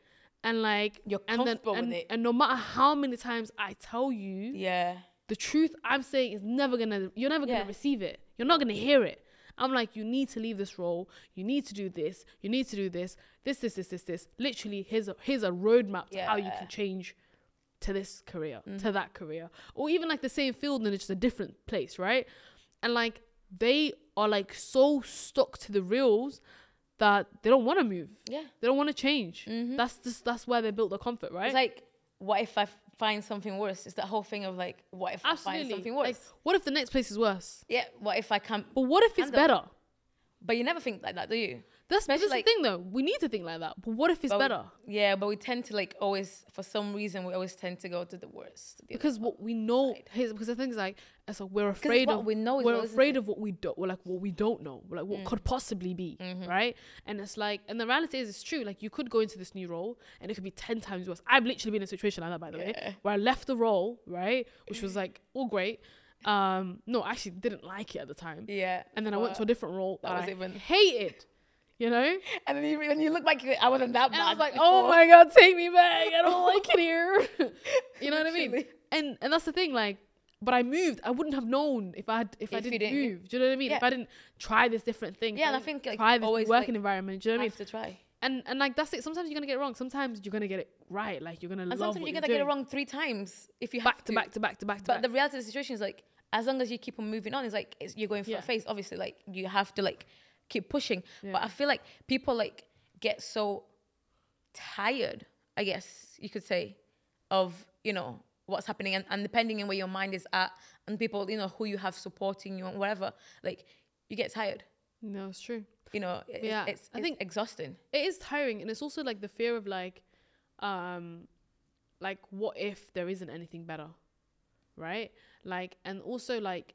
And like You're and comfortable with and, it. and no matter how many times I tell you, yeah the truth I'm saying is never gonna you're never Yeah. gonna receive it. You're not gonna hear it. I'm like, you need to leave this role, you need to do this, you need to do this, this, this, this, this, this. Literally, here's a here's a roadmap to how you Yeah. Mm-hmm. can change to this career, to that career. Or even like the same field and it's just a different place, right? And like they are like so stuck to the reels that they don't wanna move. yeah They don't wanna change. That's just that's where they built their comfort, right? Mm-hmm. It's like, what if I f- find something worse? It's that whole thing of like, what if I find something worse? Like, what if the next place is worse? yeah, what if I can't? But what if it's Handle it. better? But you never think like that, do you? That's, that's Especially, like- the thing, though. We need to think like that. But what if it's But we- better? yeah, but we tend to like always, for some reason, we always tend to go to the worst. The- Because what we know, here's, because the thing is like, it's like we're it's afraid what of we know as We're well, isn't afraid of what we don't. We're like what we don't know. We're like Mm. what could possibly be, Mm-hmm. right? And it's like, and the reality is, it's true. Like you could go into this new role, and it could be ten times worse. I've literally been in a situation like that, by the Yeah. Mm-hmm. way, where I left the role, right, which was like all great. Um, no, I actually didn't like it at the time, Yeah. and then I went to a different role that, was I even- hated. you [LAUGHS] know? And And then you, when you look back, you're like, I wasn't that bad. I was like, before." oh my God, take me back. I don't like it [LAUGHS] here. you know what I mean? Literally. And and that's the thing, like, but I moved. I wouldn't have known if I had if, I If you didn't, didn't, yeah. move. Do you know what I mean? If Yeah. I didn't try this different thing. if Yeah, and I didn't think, like, try this always, working like, environment. Do you know what I mean? have to try. And and like that's it. Sometimes you're gonna get it wrong. Sometimes you're gonna get it right. Like you're gonna And love sometimes what you're you're gonna get it doing. wrong three times if you have Back to back to back to back to But back. the reality of the situation is like, as long as you keep on moving on, it's like it's, you're going for Yeah. a phase. Obviously, like you have to like keep pushing. Yeah. But I feel like people like get so tired. I guess you could say of you know what's happening and, and depending on where your mind is at and people you know who you have supporting you and whatever. Like you get tired. No, it's true. You know, it, Yeah. it's, it's I think- exhausting. it is tiring and it's also like the fear of like um like what if there isn't anything better right like and also like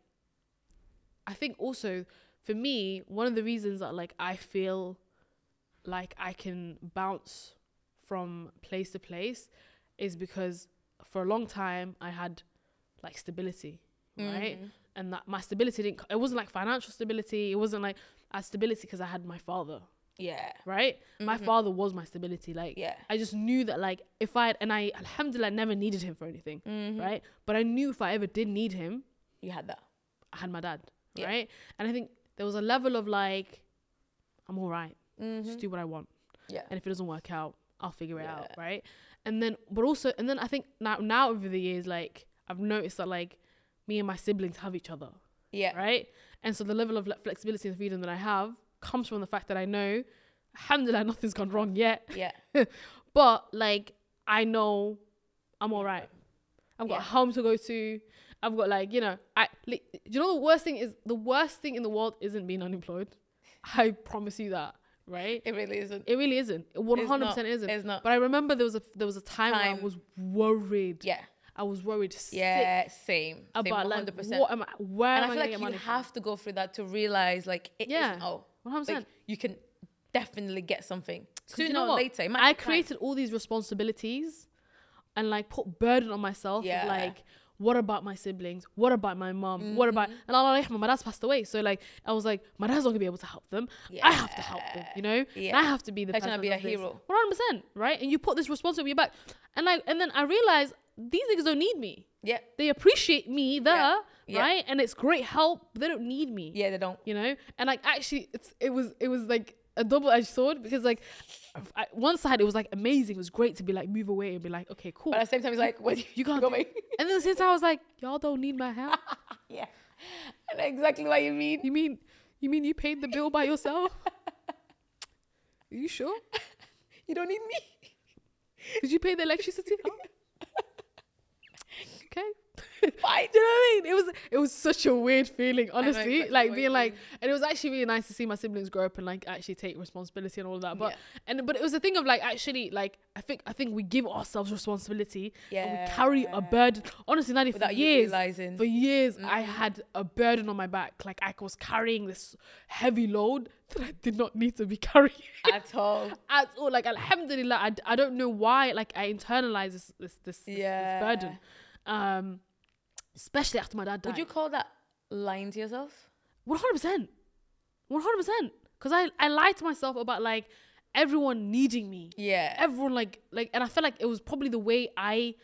i think also for me one of the reasons that like i feel like i can bounce from place to place is because for a long time i had like stability right Mm-hmm. and that my stability didn't c- it wasn't like financial stability it wasn't like I had stability because i had my father Yeah. right? My father was my stability. Like, Mm-hmm. Yeah. I just knew that, like, if I and I, alhamdulillah, never needed him for anything, right? But I knew if I ever did need him, Mm-hmm. You had that. I had my dad, Yeah. right? And I think there was a level of like, I'm all right. Just do what I want, Mm-hmm. Yeah. and if it doesn't work out, I'll figure it out, Yeah. right? And then, but also, and then I think now, now over the years, like, I've noticed that like, me and my siblings have each other, Yeah. right? And so the level of like, flexibility and freedom that I have comes from the fact that I know, alhamdulillah, [LAUGHS] nothing's gone wrong yet. Yeah. But like I know I'm all right. I've got Yeah. a home to go to. I've got like you know I. Li- do you know the worst thing is the worst thing in the world isn't being unemployed. [LAUGHS] I promise you that, right? It really isn't. It really isn't. It 100 percent isn't. It's not. But I remember there was a there was a time, when I Time. was worried. yeah. I was worried. sick Yeah. Same. Same, About like 100%. what am I? Where and am I I feel going like to get you money? have to go through that to realize, like, it Yeah. not all. What I'm saying. Like, you can definitely get something 'Cause you sooner know or what? later. It might I be time. created all these responsibilities and like put burden on myself. Yeah. Of, like, what about my siblings? What about my mom? What about Mm-hmm. and Allah rahmah, my dad's passed away. So like I was like, my dad's not gonna be able to help them. I have to help them, you know? And Yeah. I have to be the They're trying to person be a of this. hero. 100%, right? And you put this responsibility on your back. And like and then I realized these niggas don't need me. Yeah. They appreciate me there, Yeah. right? And it's great help. They don't need me Yeah, they don't. you know and like actually it's it was it was like a double-edged sword because like I, one side it was like amazing it was great to be like move away and be like okay cool But at the same time, it's like, what do you can't go do- away? [LAUGHS] and then since i was like y'all don't need my help [LAUGHS] Yeah. I know exactly what you mean. you mean you mean you paid the bill by yourself [LAUGHS] are you sure You don't need me. did you pay the electricity [LAUGHS] oh. okay Fine. [LAUGHS] Do you know what I mean? It was it was such a weird feeling, honestly. exactly like what being you like, and it was actually really nice to see my siblings grow up and like actually take responsibility and all that. But Yeah. and but it was a thing of like actually like I think I think we give ourselves responsibility and we carry a Yeah. burden. Honestly, Nadi, for Without you years, realizing. for years I had a burden on my back. Like I was carrying this heavy load that I did not need to be [LAUGHS] carrying [LAUGHS] at all. at all. Like alhamdulillah, I, d- I don't know why. Like I internalized this this this, this- Yeah. this burden, um, especially after my dad died. Would you call that lying to yourself? One hundred percent, one hundred percent. Because I I lied to myself about like everyone needing me. Yeah. Everyone like like, and I felt like it was probably the way I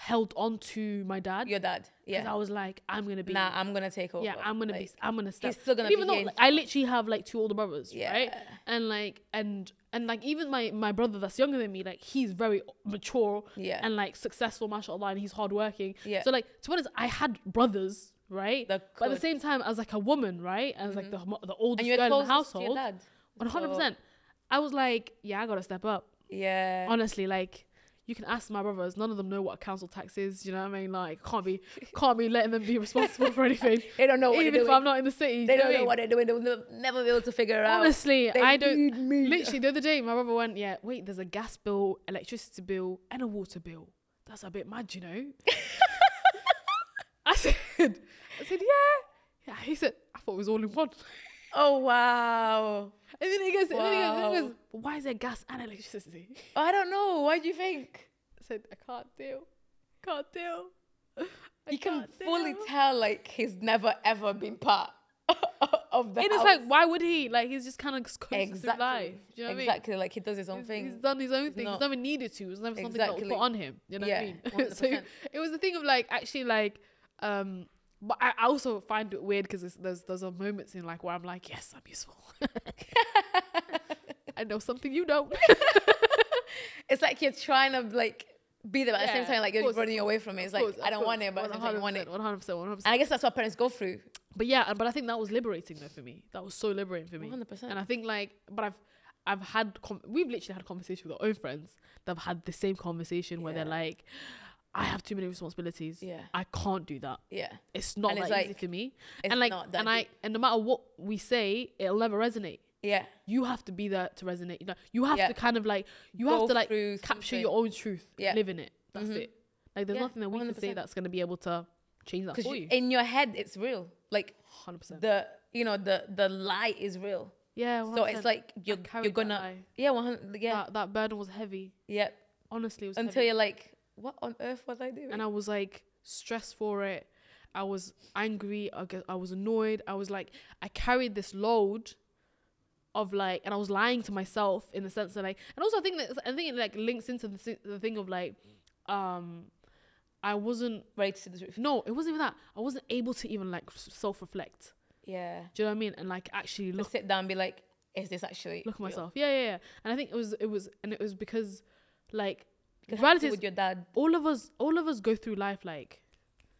held on to my dad. Your dad. 'Cause Yeah. I was like, I'm gonna be. Nah, I'm going to take over. Yeah, I'm gonna be. Like, I'm gonna step. still gonna even be though here in like, I literally have like two older brothers, right? Yeah. And like, and and like, even my my brother that's younger than me, like, he's very mature, Yeah. and like successful, mashallah, and he's hardworking. Yeah. So like, to be honest, I had brothers, right? That but at the could. same time, as like a woman, right? As like the mo- the oldest Mm-hmm. And you're girl in the closest to your household, dad. one hundred So- percent. I was like, yeah, I gotta step up. Yeah. Honestly, like. You can ask my brothers. None of them know what council tax is. You know what I mean? Like, can't [LAUGHS] be, can't be letting them be responsible for anything They don't know what even they're if doing. I'm not in the city. They do you don't what I mean? know what they're doing. They'll ne- never be able to figure it out. Honestly, They I don't. need me. Literally, the other day, my brother went, "Yeah, wait, there's a gas bill, electricity bill, and a water bill. That's a bit mad, you [LAUGHS] know." I said, "I said, yeah." yeah. He said, "I thought it was all in one." [LAUGHS] [LAUGHS] Oh wow! And then he goes, and then he goes, and he Wow. goes "But why is there gas and electricity?" I don't know. Why do you think? I said, "I can't deal, can't deal." I You can can't fully deal." tell like he's never ever been part [LAUGHS] of the And it's house. like, why would he? Like, he's just kind of coasting through exactly, life. Do you know what I mean? exactly. Like he does his own He's- thing. He's done his own thing. not- he's never needed to. It was never something that Exactly. was put on him. You know Yeah, what I mean? [LAUGHS] so 100%. it was a thing of like actually like, um, but I I also find it weird because there's there's a moments in like where I'm like, yes, I'm [LAUGHS] useful. I know something you don't. it's like you're trying to like be there, but at the same Yeah, time, like of you're course, running away from it. It's like [LAUGHS] I don't want it, but sometimes I want it. One hundred percent. One hundred And percent. I guess that's what parents go through. But yeah, and- but I think that was liberating though for me. That was so liberating for me. 100%. And I think like, but I've I've had com- we've literally had conversations with our own friends that have had the same conversation where they're Yeah. like, I have too many responsibilities. Yeah. I can't do that. Yeah. It's not And that it's easy like- for me. it's and like, not that and I, deep. and no matter what we say, it'll never resonate. Yeah. You have to be there to resonate. You know, you have Yeah. to kind of like, you Go have to like through capture your own truth, Yeah. live in it. That's Mhm. it. Like, there's Yeah, nothing that we can say 100%. that's gonna be able to change that Because for you. in your head it's real. Like Hundred percent. the you know the the lie is real. Yeah. So it's 100%. like you're carried you're that gonna lie. yeah one hundred yeah that, that burden was heavy. yeah Honestly, it was until heavy. you're like what on earth was I doing? and I was like stressed for it. I was angry. I, get, I was annoyed. I was like, I carried this load of like, and I was lying to myself in the sense that like, and also I think that I think it like links into the, thi- the thing of like, um, I wasn't. Ready to see the truth. No, it wasn't even that. I wasn't able to even like self reflect. Yeah. Do you know what I mean? And like actually To look sit down and be like, is this actually look at real? myself. Yeah, yeah, yeah. And I think it was it was and it was because like Because reality reality is- with your dad. all of us all of us go through life like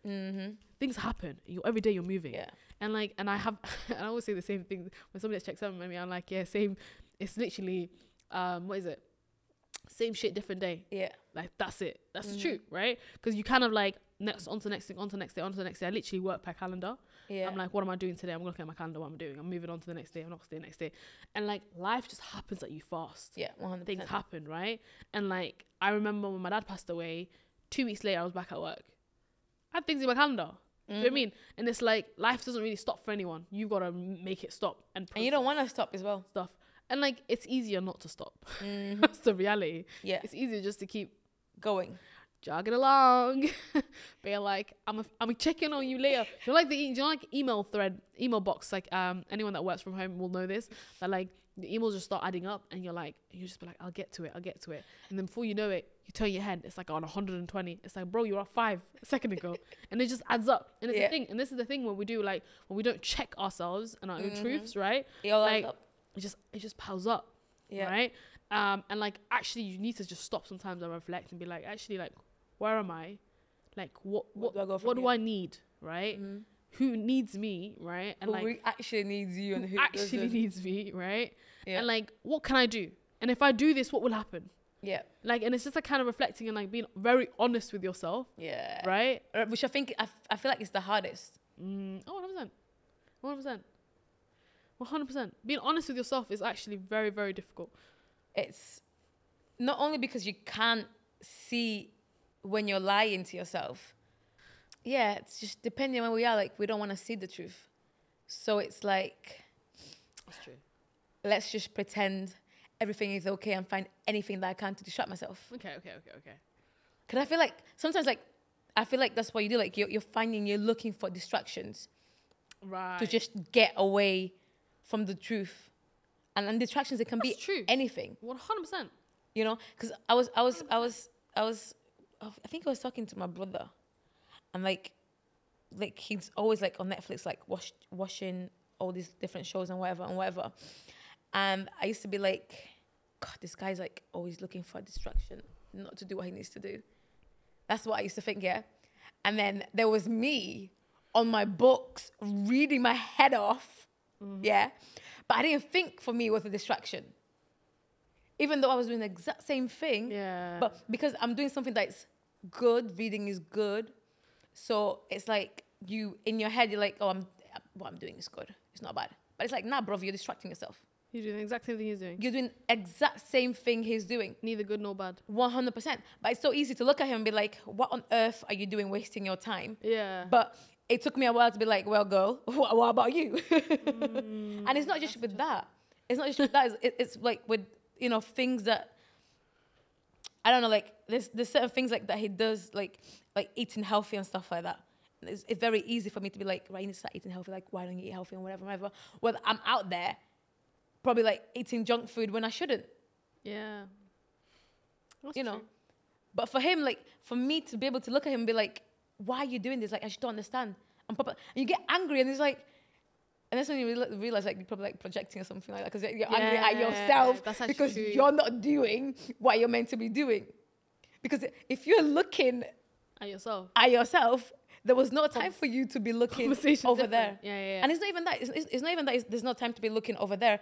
Mm-hmm. things happen. You every day you're moving. Yeah. And like and I have [LAUGHS] and I always say the same thing when somebody else checks up on me, I'm like, yeah, same it's literally um what is it? Same shit, different day. Yeah. Like that's it. That's the Mhm. truth, right? Because you kind of like next on to next thing, on to next day, on to the next day. I literally work per calendar. Yeah. I'm like, what am I doing today? I'm looking at my calendar, what I'm doing. I'm moving on to the next day, I'm next day, next day. And like life just happens at you fast yeah, one hundred things percent. happen, right? And like I remember when my dad passed away, two weeks later I was back at work. I had things in my calendar. Do you know what I Mhm. mean? And it's like life doesn't really stop for anyone. You've got to make it stop and, And you don't process want to stop [LAUGHS] as well. stuff. And like it's easier not to stop. [LAUGHS] Mhm. That's the reality. Yeah, It's easier just to keep going. jogging along. [LAUGHS] Being like, I'm a, I'm a checking on you later. You're like the e- you know like email thread, email box. Like um, anyone that works from home will know this. That like the emails just start adding up, and you're like, you just be like, I'll get to it, I'll get to it, and then before you know it, you turn your head. It's like on 120. It's like, bro, you were at five a second ago, and it just adds up. And it's Yeah. the thing, and this is the thing where we do like when we don't check ourselves and our own truths, right? It all adds Like, up. It just it just piles up Yeah. right? Um, and like actually, you need to just stop sometimes and reflect and be like, actually, like, where am I? Like, what what What do I go what from do here? I need? Right? Mhm. Who needs me? Right? And who like, re- actually needs you and who who actually doesn't. needs me? Right? Yeah. And like, what can I do? And if I do this, what will happen? yeah, Like, and it's just like kind of reflecting and like being very honest with yourself, yeah. right? Uh, Which I think I, f- I feel like it's the hardest. Mm, oh, 100%. 100%. 100%. Being honest with yourself is actually very, very difficult. It's not only because you can't see when you're lying to yourself. Yeah, it's just depending on where we are. Like we don't want to see the truth, so it's like That's true. let's just pretend everything is okay and find anything that I can to distract myself. Okay, okay, okay, okay. Because I feel like sometimes like I feel like that's what you do. Like you're, you're finding you're looking for distractions. Right. to just get away from the truth. And, and distractions, it can That's be true. anything, 100%. you know. Because I was, I was, I was, I was, oh, I think I was talking to my brother, and like, like he's always like on Netflix, like wash, watching all these different shows and whatever and whatever. And I used to be like, God, this guy's like always looking for a distraction, not to do what he needs to do. That's what I used to think, yeah. And then there was me on my books reading my head off, yeah. But I didn't think for me it was a distraction. Even though I was doing the exact same thing, Yeah. but because I'm doing something that's good, reading is good. So it's like you in your head, you're like, oh, I'm what I'm doing is good. It's not bad. But it's like, nah, bro, you're distracting yourself. He's doing the exact same thing he's doing. You're doing exact same thing he's doing. Neither good nor bad. 100%. But it's so easy to look at him and be like, what on earth are you doing wasting your time? Yeah. But it took me a while to be like, well, girl, [LAUGHS] what, what about you? and it's not just with that. It's not just with that. It's, it- it's like with, you know, things that, I don't know, like there's, there's certain things like that he does, like like eating healthy and stuff like that. it's, it's very easy for me to be like, right, you need to start eating healthy. Like, why don't you eat healthy and whatever, whatever. Well, I'm out there, probably like eating junk food when I shouldn't, Yeah. That's you know. true. But for him, like, for me to be able to look at him and be like, why are you doing this? Like, I just don't understand. I'm proper, and you get angry, and it's like, and that's when you real- realize like you're probably like projecting or something like that because you're angry at Yeah, yourself that's actually because true. you're not doing what you're meant to be doing. Because if you're looking and [LAUGHS] yourself. at yourself, there was no time for you to be looking over Conversation there. different. Yeah, yeah, yeah. And it's not even that. It's, it's- it's not even that. It's, there's no time to be looking over there.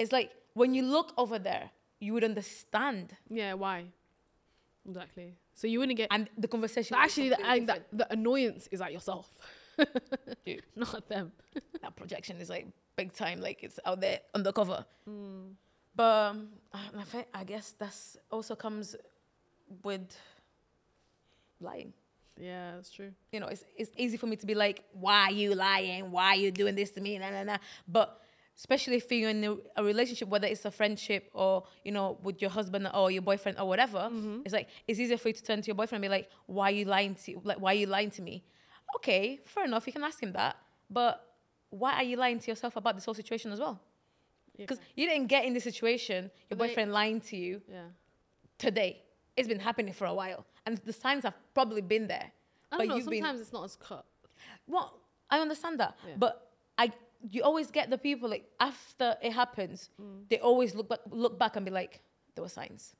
It's like when you look over there, you would understand, Yeah, why? Exactly. So you wouldn't get. and the conversation. But would be actually, the, completely ang- that, the annoyance is at yourself, [LAUGHS] Dude. [LAUGHS] not at them. different. that projection is like big time. Like it's out there undercover. Hmm. But um, I- I fe- I guess that's also comes with lying. Yeah, that's true. you know, it's, it's easy for me to be like, why are you lying? Why are you doing this to me? Nah, nah, nah. But especially if you're in a, a relationship, whether it's a friendship or, you know, with your husband or your boyfriend or whatever, Mm-hmm. it's like, it's easier for you to turn to your boyfriend and be like, why are you lying to, like, why are you lying to me? Okay, fair enough. You can ask him that. But why are you lying to yourself about this whole situation as well? Yeah. Because you didn't get in this situation, your They- boyfriend lying to you yeah. today. It's been happening for a while. And the signs have probably been there. I don't know. Sometimes it's not as cut. Well, I understand that, Yeah. but I you always get the people like after it happens, Mm. they always look back look back and be like, there were signs,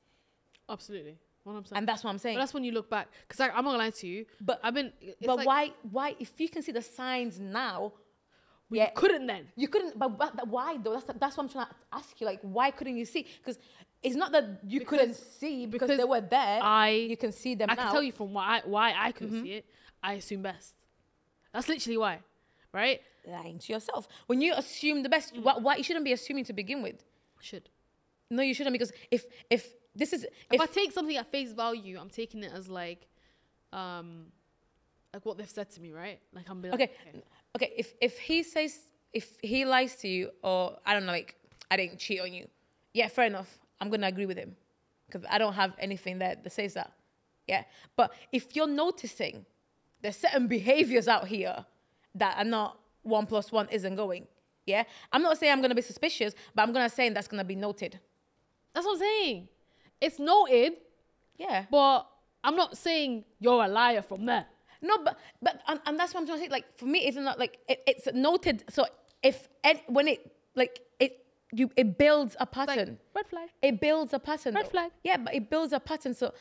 Absolutely, one hundred percent. and that's what I'm But saying. that's when you look back, because like, I'm not gonna lie to you. But- I've been. It's but like, why why if you can see the signs now, we yeah. couldn't then? you couldn't. But, but that- why though? That's that's what I'm trying to ask you. Like, why couldn't you see? Because it's not that you couldn't Because- see because, because they were there. I- you can see them I now. Mm-hmm. can tell you from why I, why I couldn't see it. I assume best. That's literally why, right? lying to yourself when you assume the best. Mm. Why, why you shouldn't be assuming to begin with? Should No, you shouldn't because if if this is if, if I take something at face value, I'm taking it as like, um, like what they've said to me, right? Like I'm be like, okay okay if if he says if he lies to you or i don't know like i didn't cheat on you yeah fair enough i'm gonna agree with him because i don't have anything that, that says that yeah but if you're noticing there's certain behaviors out here that are not one plus one isn't going yeah i'm not saying i'm gonna be suspicious but i'm gonna say that's gonna be noted That's what I'm saying. It's noted, yeah but I'm not saying you're a liar from there. No, but but and, and that's what I'm trying to say. Like for me, it's not like it, it's noted. So if and when it like it you it builds a Like, pattern. red flag. it builds a pattern. Red though. flag. Yeah, but it builds a pattern. So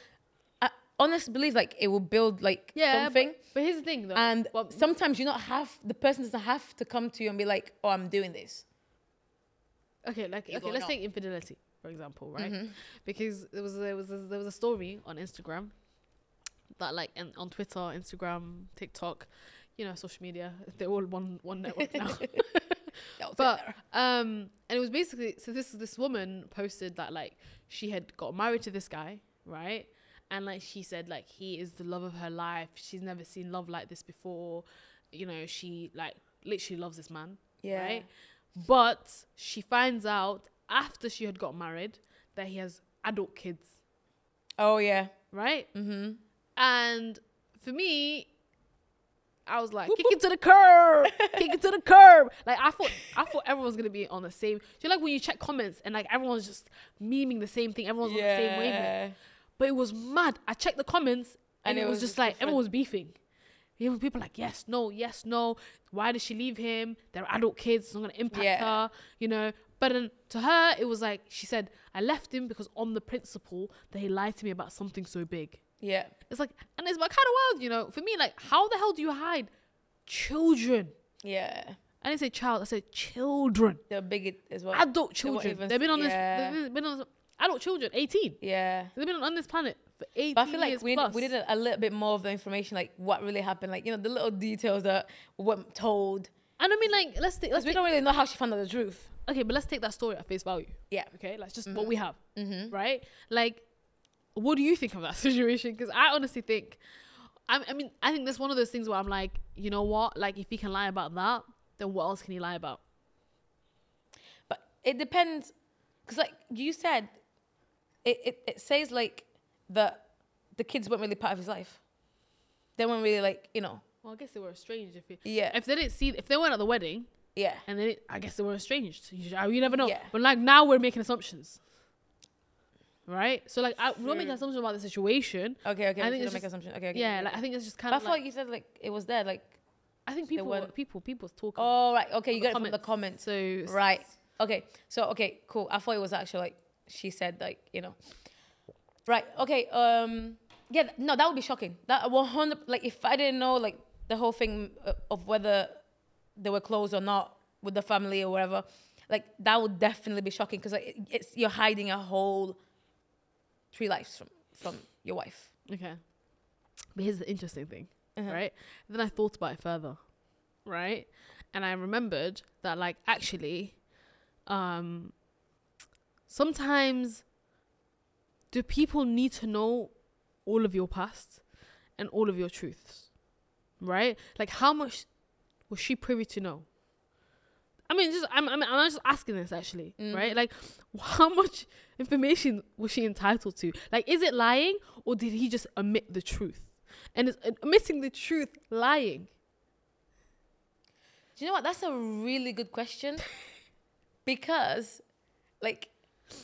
I honest believe like it will build like Yeah, something. But, but here's the thing though. and well, sometimes you not have the person doesn't have to come to you and be like, oh, I'm doing this. okay, like You okay, go let's no. take infidelity for example, right? Mm-hmm. Because there was there was a, there was a story on Instagram that like and on Twitter, Instagram, TikTok, you know, social media, they're all one one network now. [LAUGHS] That was but better. um and it was basically so this this woman posted that like she had got married to this guy right and like she said like he is the love of her life she's never seen love like this before you know she like literally loves this man Yeah. right but she finds out after she had got married that he has adult kids oh yeah. right Mm-hmm. and for me, I was like, kick it to the [LAUGHS] curb, kick it to the curb. Like I thought, I thought everyone was gonna be on the same. Do you know, like when you check comments and like everyone's just memeing the same thing, everyone's on the same wavelength. But it was mad. I checked the comments and, it, was, just like different. everyone was beefing. You know, people like yes, no, yes, no. Why did she leave him? They're adult kids. It's not gonna impact Yeah. her. You know. But then to her, it was like she said, I left him because on the principle that he lied to me about something so big. Yeah. It's like, and it's my kind of wild, you know. For me, like, how the hell do you hide children? Yeah. I didn't say child. I said children, They're bigot as well. adult won't children. even They've been on yeah. this. They've been on this, adult children, eighteen. yeah. They've been on this planet for eighteen But I feel like years we, plus. we did a, a little bit more of the information, like what really happened, like you know the little details that weren't told. and I mean, like, let's take, let's Because we take, don't really know how she found out the truth. okay, but let's take that story at face value. Yeah. Mm-hmm. Okay, like just what we have, right? Like, what do you think of that [LAUGHS] situation? Because I honestly think, I, I mean, I think that's one of those things where I'm like, you know what? Like, if he can lie about that, then what else can he lie about? But it depends, because like you said, it, it, it says like that the kids weren't really part of his life. They weren't really like you know Well, I guess they were estranged. If it, Yeah. if they didn't see, if they weren't at the wedding, Yeah. and then I guess they were estranged. You, j- you never know. Yeah. But like now we're making assumptions, right? So like I, we're not making assumptions about the situation. Okay, okay. I I think think it's make just- assumption. Okay, okay. yeah, okay. like I think it's just kind But I of. thought Like, you said like it was there. Like, I think people, weren't- people, people talk. oh right, okay. You got it from the comments, So it's- right? Okay, so okay, cool. I thought it was actually like she said like you know, right? Okay, um, yeah. th- No, that would be shocking. That one hundred. Like if I didn't know like the whole thing uh, of whether they were close or not with the family or whatever, like that would definitely be shocking because like it- it's you're hiding a whole three lives from from your wife. Okay. But here's the interesting thing, Uh-huh. right? Then I thought about it further, right? And I remembered that, like, actually, um, sometimes do people need to know all of your past and all of your truths, right? Like, how much was she privy to know? I mean, just I'm, I'm, I'm just asking this actually, right? Like, how much information was she entitled to? Like, is it lying or did he just omit the truth? And is omitting the truth lying? Do you know what? That's a really good question because, like,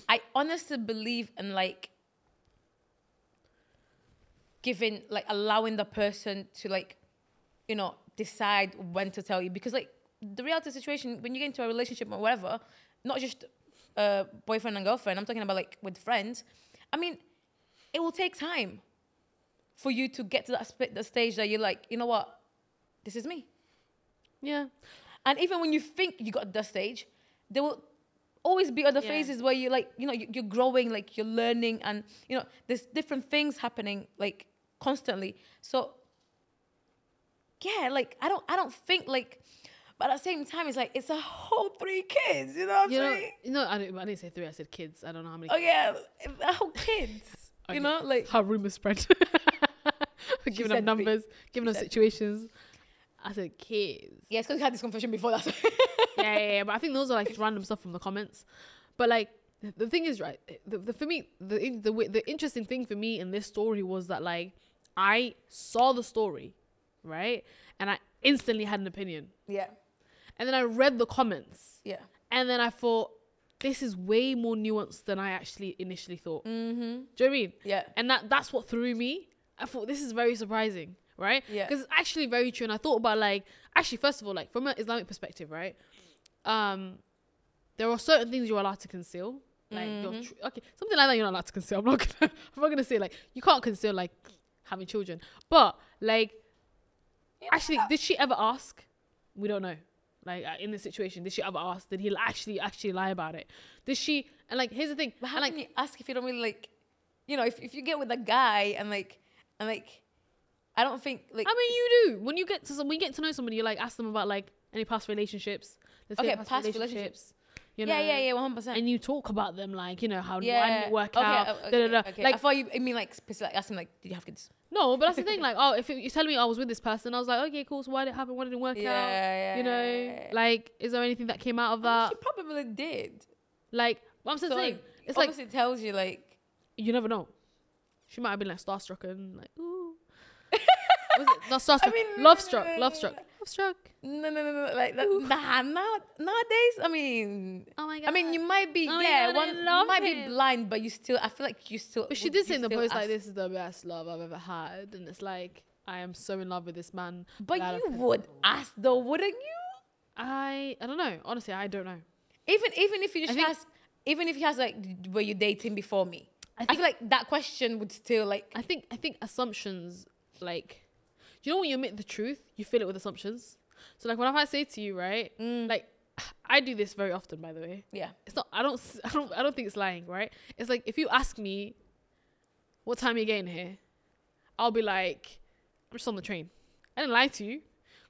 I honestly believe in like giving, like, allowing the person to like, you know, decide when to tell you because, like, the reality situation when you get into a relationship or whatever, not just uh, boyfriend and girlfriend. I'm talking about like with friends. I mean, it will take time for you to get to that sp- the stage that you're like, you know what, this is me. Yeah. And even when you think you got that stage, there will always be other Yeah. phases where you like, you know, you- you're growing, like you're learning, and you know, there's different things happening like constantly. So yeah, like I don't, I don't think like, but at the same time, it's like it's a whole three kids. You know what I'm You know, saying? you know, I didn't, I didn't say three. I said kids. I don't know how many. Oh yeah, a whole kids. [LAUGHS] Okay. Oh, You know, like How rumors spread. [LAUGHS] giving up said three. numbers, giving up said- situations. I said [LAUGHS] kids. yes, because we had this conversation before that. [LAUGHS] yeah, yeah, yeah. But I think those are like just random stuff from the comments. But like the- the thing is, right? The, the for me, the in- the way- the interesting thing for me in this story was that like I saw the story, right, and I instantly had an opinion, yeah, and then I read the comments, yeah. and then I thought this is way more nuanced than I actually initially thought. Mm-hmm. Do you know what I mean? Yeah. And that that's what threw me. I thought this is very surprising, right? Yeah. Because it's actually very true. And I thought about like actually, first of all, like from an Islamic perspective, right? Um, there are certain things you're allowed to conceal. Like Mm-hmm. your tr- okay, something like that you're not allowed to conceal. I'm not [LAUGHS] gonna I'm not gonna say like you can't conceal like having children. But like actually, did she ever ask? We don't know. Like uh, in this situation, did she ever ask? Did he actually actually lie about it? Did she? And like, here's the thing. But how and, like, can you ask if you don't really like, you know, if, if you get with a guy and like, and like, I don't think like. I mean, you do. When you get to some, when you get to know somebody, you like ask them about like any past relationships. Let's Okay, past relationships. You know, yeah, yeah, yeah, one hundred percent. And you talk about them, like you know how Yeah. why did it work okay, uh, out? o- Okay, da, da, da. okay. Like I thought you. I mean, like, specific, like ask him like, did you have kids? no, but that's the [LAUGHS] thing. Like oh, if you tell me I was with this person, I was like okay, cool. So why did it happen? Why did it work Yeah, out? yeah, you know, yeah, yeah. like is there anything that came out of I mean, that? she probably did. Like what I'm saying, So like, it's like obviously it tells you like. you never know. She might have been like starstruck and like [LAUGHS] ooh. was it? Not starstruck. mean, no, love no, struck. no, no, Love no, [LAUGHS] struck. no. Love struck. No, no, no, no. mm, Like, that, nah, now, nowadays, I mean, Oh my I mean, you might be, Oh my yeah, God, I one you love might be him. blind, but you still, I feel like you still. But she would did you say in the still post ask. like, "This is the best love I've ever had," and it's like, I am so in love with this man. But that I've you had- would ask though, wouldn't you? I I don't know. Honestly, I don't know. Even even if you just think- ask, even if you ask like, were you dating before me? I, think- feel like that question would still like. I think I think assumptions like, you know, when you admit the truth, you fill it with assumptions. So like, when I say to you, right, like, [SIGHS] I do this very often, by the way. Yeah. It's not. I don't. s- [LAUGHS] I don't. I don't think it's lying, right? It's like if you ask me, what time are you getting here? I'll be like, I'm just on the train. I didn't lie to you.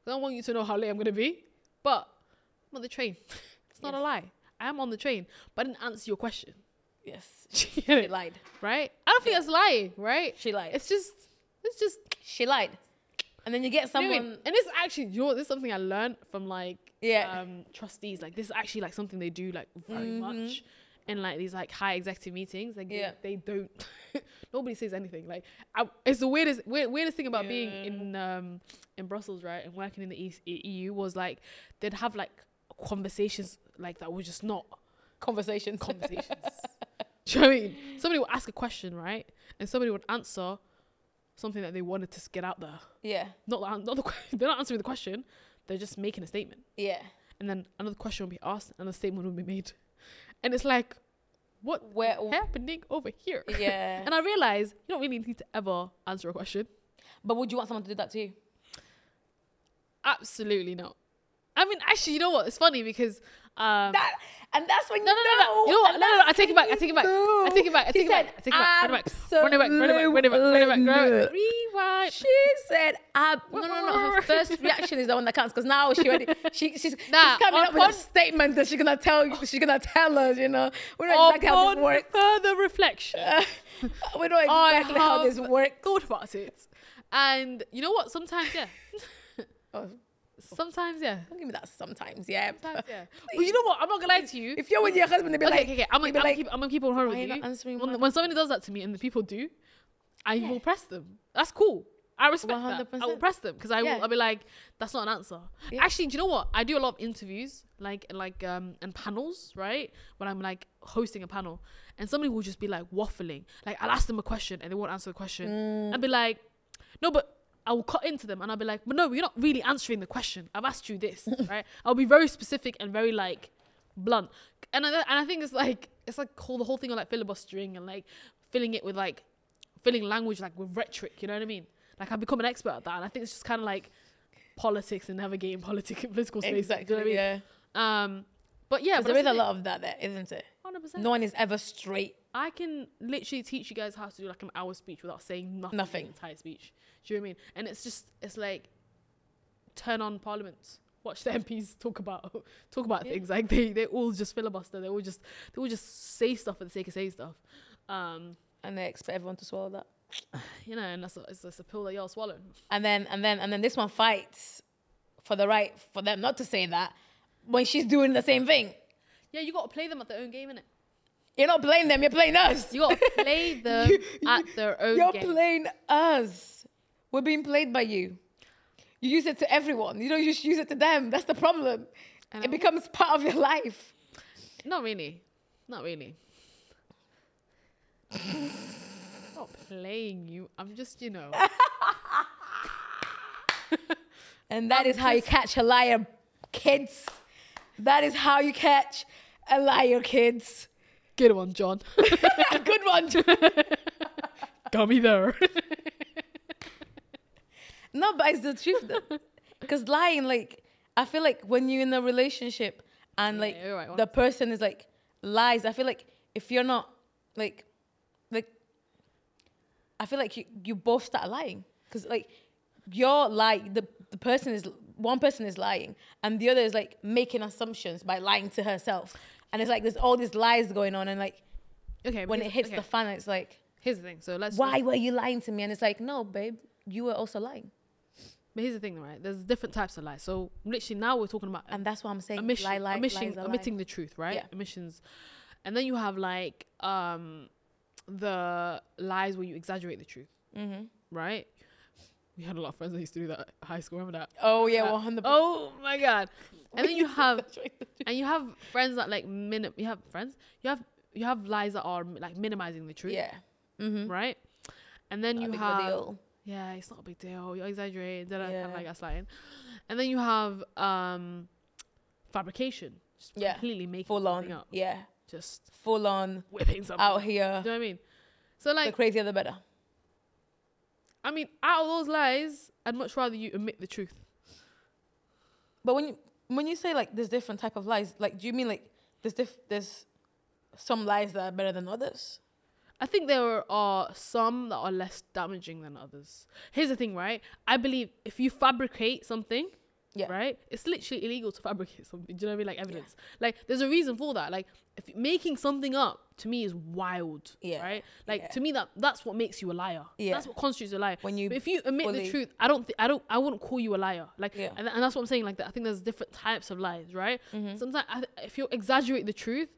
'cause I don't want you to know how late I'm gonna be. But I'm on the train. [LAUGHS] It's not a lie. I am on the train, but I didn't answer your question. [LAUGHS] Yes. You She get it? lied. right? I don't think that's lying, right? She lied. It's just. It's just. she lied. And then you get you know someone. what I mean? and this is actually, you know, what, this is something I learned from like Yeah. Mm-hmm. um, trustees. Like this is actually like something they do like very much, in like these like high executive meetings, like Yeah. they, they don't [LAUGHS] nobody says anything. Like I, it's the weirdest weird, weirdest thing about being in um in Brussels, right, and working in the East, EU was like they'd have like conversations like that were just [LAUGHS] not Conversations. conversations. Do you know what I mean? Somebody would ask a question, right, and somebody would answer something that they wanted to get out there. yeah. Not the, an- not the [LAUGHS] que- they're not answering the question. They're just making a statement Yeah. and then another question will be asked and a statement will be made and it's like what Where? happening over here Yeah. [LAUGHS] and i realize you don't really need to ever answer a question but would you want someone to do that to you? absolutely not i mean actually you know what it's funny because um That and that's when no, no, you no, no. You know what? and No, no, no. I that's take it back. I when take it back. you I take it back. I She take it back. I said, take it back. Run it back. Run it back. Run it back. Run it back. Run it back. Run it back. Rewind. She said, ab- no, no, no. [LAUGHS] Her first reaction is the one that counts because now she already, she, she's, Nah, she's coming on up with a pod- statement that she's gonna tell you, she's gonna tell us, you know. We know exactly how this Upon works. further reflection, [LAUGHS] we know I exactly how this have works. thought about it, and you know what? Sometimes, yeah. [LAUGHS] Oh, Sometimes, yeah. don't give me that sometimes, yeah. Sometimes, [LAUGHS] yeah. But you know what? I'm not gonna lie to you. If you're with your husband, they'd be okay, like, okay, okay. I'm gonna, they'd be I'm, like, keep, I'm gonna keep on her with are you you. not answering my- when, when somebody does that to me and the people do, I will press them. That's cool. I respect that. I will 100%. press them because I Yeah. will. I'll be like, that's not an answer. Yeah. Actually, do you know what? I do a lot of interviews, like like um and panels, right? When I'm like hosting a panel, and somebody will just be like waffling. Like I'll ask them a question and they won't answer the question. Mm. I'll be like, no, but. I will cut into them and I'll be like, but no, you're not really answering the question. I've asked you [LAUGHS] this, right? I'll be very specific and very like blunt. And I, and I think it's like it's like whole, the whole thing of like filibustering and like filling it with like filling language like with rhetoric. You know what I mean? Like I've become an expert at that, and I think it's just kind of like politics and navigating [LAUGHS] politic political space. exactly, Do you know what yeah. I mean? Um, but yeah, 'Cause but There is a lot of that there, isn't it? Hundred percent. No one is ever straight. I can literally teach you guys how to do like an hour speech without saying nothing. Nothing. The entire speech. Do you know what I mean? And it's just it's like turn on parliaments. Watch the [LAUGHS] MPs talk about talk about things. Like they they all just filibuster. They all just they all just say stuff for the sake of saying stuff. Um, And they expect everyone to swallow that. you know, and that's a, it's, it's a pill that y'all swallow. And then and then and then this one fights for the right for them not to say that when she's doing the same thing. Yeah, you gotta play them at their own game, innit? You're not playing them, you're playing us. You [LAUGHS] gotta play them at their own You're game. playing us. We're being played by you. You use it to everyone. You don't just use it to them. That's the problem. And I It will. becomes part of your life. Not really. Not [LAUGHS] really. I'm not playing you. I'm just, you [LAUGHS] know. And that is how you catch a liar, kids. That is how you catch a liar, kids. [LAUGHS] Good one, John. Good one. Got me there. No, but it's the truth. [LAUGHS] Because lying, like, I feel like when you're in a relationship and like you're right, the person is like lies, I feel like if you're not like, like, I feel like you, you both start lying because like you're like the the person is one person is lying and the other is like making assumptions by lying to herself, and it's like there's all these lies going on and like [LAUGHS] okay. when it because- hits okay, the fan, it's like here's the thing. So let's. why were you lying to me? And it's like no, babe, you were also lying. But here's the thing, right? There's different types of lies. So literally now we're talking about And that's what I'm saying. omission, lie, lie, omission- lies are omitting lie. the truth, right? Yeah. Omissions, and then you have like um the lies where you exaggerate the truth, mm-hmm. right? We had a lot of friends that used to do that at high school. Remember that? Oh yeah, Uh, one [LAUGHS] hundred. Oh my god! And then you [LAUGHS] have and you have friends that like minim. You have friends. You have you have lies that are like minimizing the truth, yeah. Mm-hmm. right? And then you Big have deal. yeah, it's not a big deal. You're exaggerating. Da, da, kind of Yeah. like gaslighting. And then you have um fabrication. Just Yeah. completely making Full something on. up. Yeah. Just Full on. whipping something. Out Do here. you know what I mean? So The like, crazier the better. I mean, out of those lies, I'd much rather you admit the truth. But when you when you say like there's different type of lies, like do you mean like there's diff there's some lies that are better than others? I think there are some that are less damaging than others. Here's the thing, right? I believe if you fabricate something, Yeah. right, it's literally illegal to fabricate something. Do you know what I mean? Like evidence. Like there's a reason for that. Like if making something up to me is wild. Yeah, Right. Like yeah. to me that that's what makes you a liar. Yeah. That's what constitutes a liar. When you But if you admit fully- the truth, I don't. Th- I don't. I wouldn't call you a liar. Like Yeah. and, and that's what I'm saying. Like that, I think Mm-hmm. Hmm. there's different types of lies, right? Sometimes I, th- if you exaggerate the truth,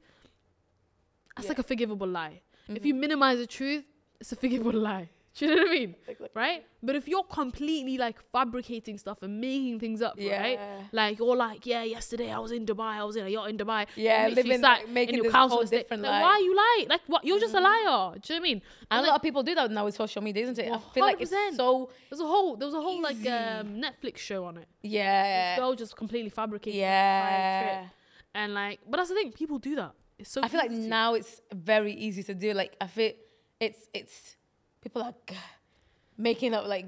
That's Yeah. Mm-hmm. like a forgivable lie. If you minimize the truth, it's a forgivable [LAUGHS] lie. Do you know what I mean? Right? But if you're completely like fabricating stuff and making things up, Yeah. right? Like you're like, yeah, yesterday I was in Dubai, I was in a yacht in Dubai. Yeah, Literally living- sat like, in making your this council whole estate. different like, lie. Why are you lying? Like what you're just a liar. Do you know what I mean? And And a lot of people do that now with social media, isn't it? I feel like it's 100%. so there's a whole there was a whole Easy. like um, Netflix show on it. This yeah, girl just completely fabricated this entire trip. yeah. And like but that's the thing, people do that. It's so I feel like easy. now it's very easy to do. Like I feel it's it's people are g- making up. Like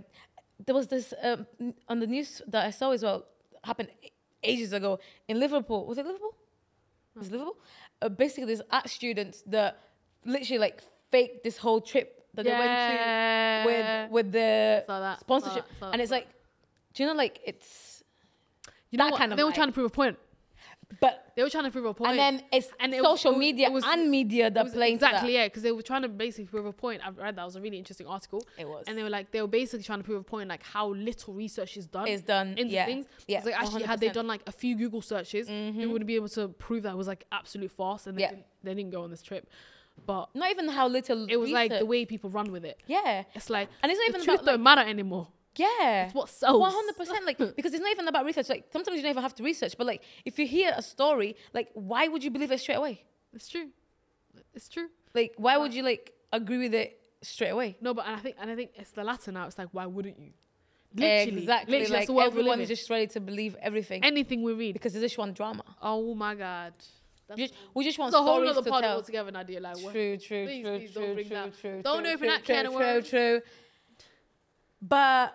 there was this um, n- on the news that I saw as well happened a- ages ago in Liverpool. Was it Liverpool? Was it Liverpool? Uh, basically, there's art students that literally like faked this whole trip that they went to Yeah. with with the Saw that, saw sponsorship, that, saw and that, it's saw like, do you know like it's you know that what? kind of they were lie. trying to prove a point. but. They were trying to prove a point. And then it's And it was- social it was- media it was- and media that It was playing exactly to yeah because they were trying to basically prove a point i've read that it was a really interesting article that. It was. and they were like they were basically trying to prove a point like how little research is done is done. into yeah. things Yeah. it's like actually had they 100%. done like a few google searches they wouldn't be able to prove that it was like absolute false and they, Yeah. didn't, they didn't go on this trip but Not even how little. it was like the research- way people run with it Yeah. it's like And it's not the even truth about. Like, don't matter anymore yeah. it's what sells One hundred percent, [LAUGHS] like because it's not even about research. Like sometimes you don't even have to research, but like if you hear a story, like why would you believe it straight away? it's true it's true Like why would you like agree with it straight away? no but and i think and i think it's the latter now it's like why wouldn't you literally exactly. literally that's like the world we live everyone's in. just ready to believe everything anything we read because there's just one drama. oh my god that's We just, we just want It's a whole stories other to part tell. altogether, Nadia. Like, what? True, true, Please, true, please true, don't bring true, that- true, don't true, open true, that true, can of true, worms. True, But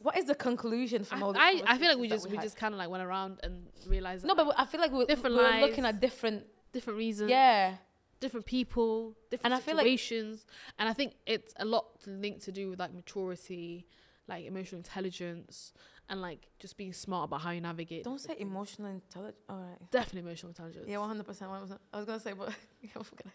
what is the conclusion I, from all this? I, I feel like we just we had? just kind of like went around and realized no, but I feel like we're, Different we're looking lives. at different different reasons, yeah different people, different And I feel like- situations, and I think it's a lot linked to do with like maturity, like emotional intelligence, and like just being smart about how you navigate. don't say emotional intelligence all right Definitely emotional intelligence. yeah 100 percent. I was gonna say but [LAUGHS] I forgot.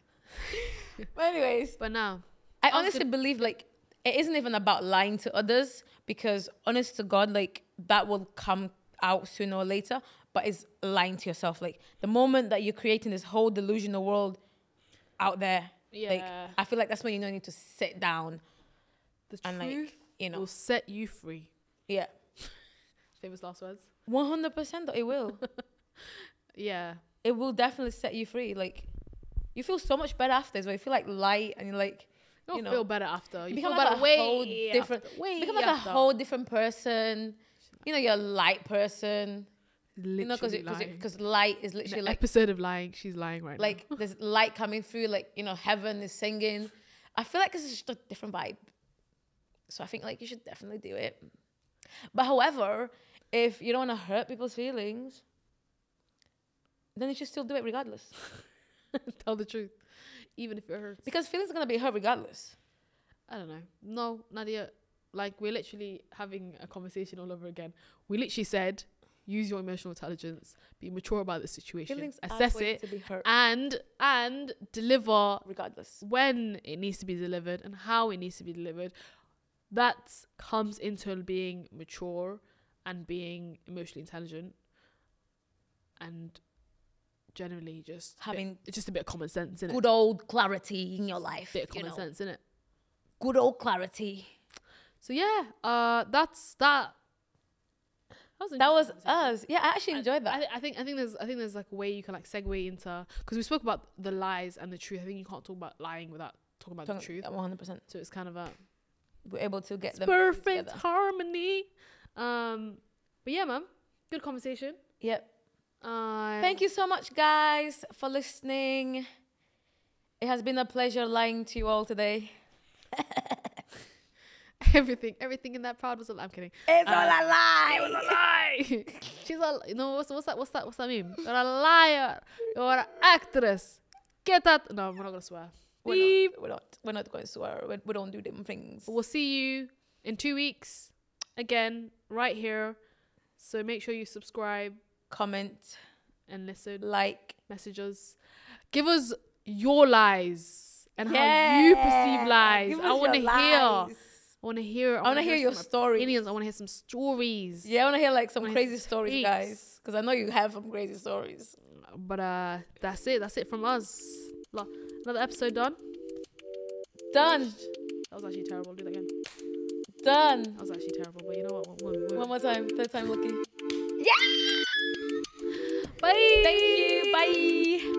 but anyways But now, I I was honestly believe like it isn't even about lying to others because honest to God, like that will come out sooner or later. But it's lying to yourself. Like the moment that you're creating this whole delusional world out there, yeah, like I feel like that's when you know you need to sit down the truth and like you know, will set you free. yeah, [LAUGHS] Famous last words. one hundred percent. It will. Yeah, it will definitely set you free. Like you feel so much better after. So you feel like light and you're like you'll You know, feel better after. Oh, You become feel like better a way whole after- different- way become like after. a whole different person. You know, you're a light person. Literally you know, lying. because light is In literally an like episode of lying. She's lying right like there's light coming through, like you know, heaven is singing. I feel like this is just a different vibe. So I think like you should definitely do it. But however, if you don't want to hurt people's feelings, then you should still do it regardless. now. [LAUGHS] Tell the truth, even if it hurts. Because feelings are gonna be hurt regardless. I don't know. No, Nadia. Like we're literally having a conversation all over again. We literally said, use your emotional intelligence, be mature about the situation, Feelings are assess going it, to be hurt and and deliver regardless. when it needs to be delivered and how it needs to be delivered. That comes into being mature and being emotionally intelligent and generally just a bit- Having it's just a bit of common sense in it. good old clarity in your life. bit of you common know. sense in it. Good old clarity. So yeah, uh, that's that. That was, That was interesting. us. Yeah, I actually enjoyed I, that. thi- I think I think there's I think there's like a way you can like segue into because we spoke about the lies and the truth. I think you can't talk about lying without talking about the truth. One hundred percent. So it's kind of a We're able to get it's them perfect together. harmony. Um, but yeah, ma'am, good conversation. Yep. Um, Thank you so much, guys, for listening. It has been a pleasure lying to you all today. [LAUGHS] Everything, everything in that prod was a lie. I'm kidding. It's all a lie. You're a lie. [LAUGHS] She's a no. What's, what's that? What's that? What's that mean? You're a liar. You're an actress. Get that. No, we're not gonna swear. We're not, we're not. We're not going to swear. We, we don't do them things. We'll see you in two weeks again, right here. So make sure you subscribe Comment, and listen. like, Message us. Give us your lies and how you perceive Yeah. lies. Give I us want to your hear. I lies. want to hear. I want to hear your some story. opinions. I want to hear some stories. Yeah, I want to hear like some Wanna hear crazy some stories, tweets. guys, because I know you have some crazy stories. But uh, that's it. That's it from us. La- another episode done. Done. That was actually terrible. Do that again. Done. That was actually terrible. But you know what? We'll, we'll, One more time. Third time lucky. Bye. Thank you. Bye.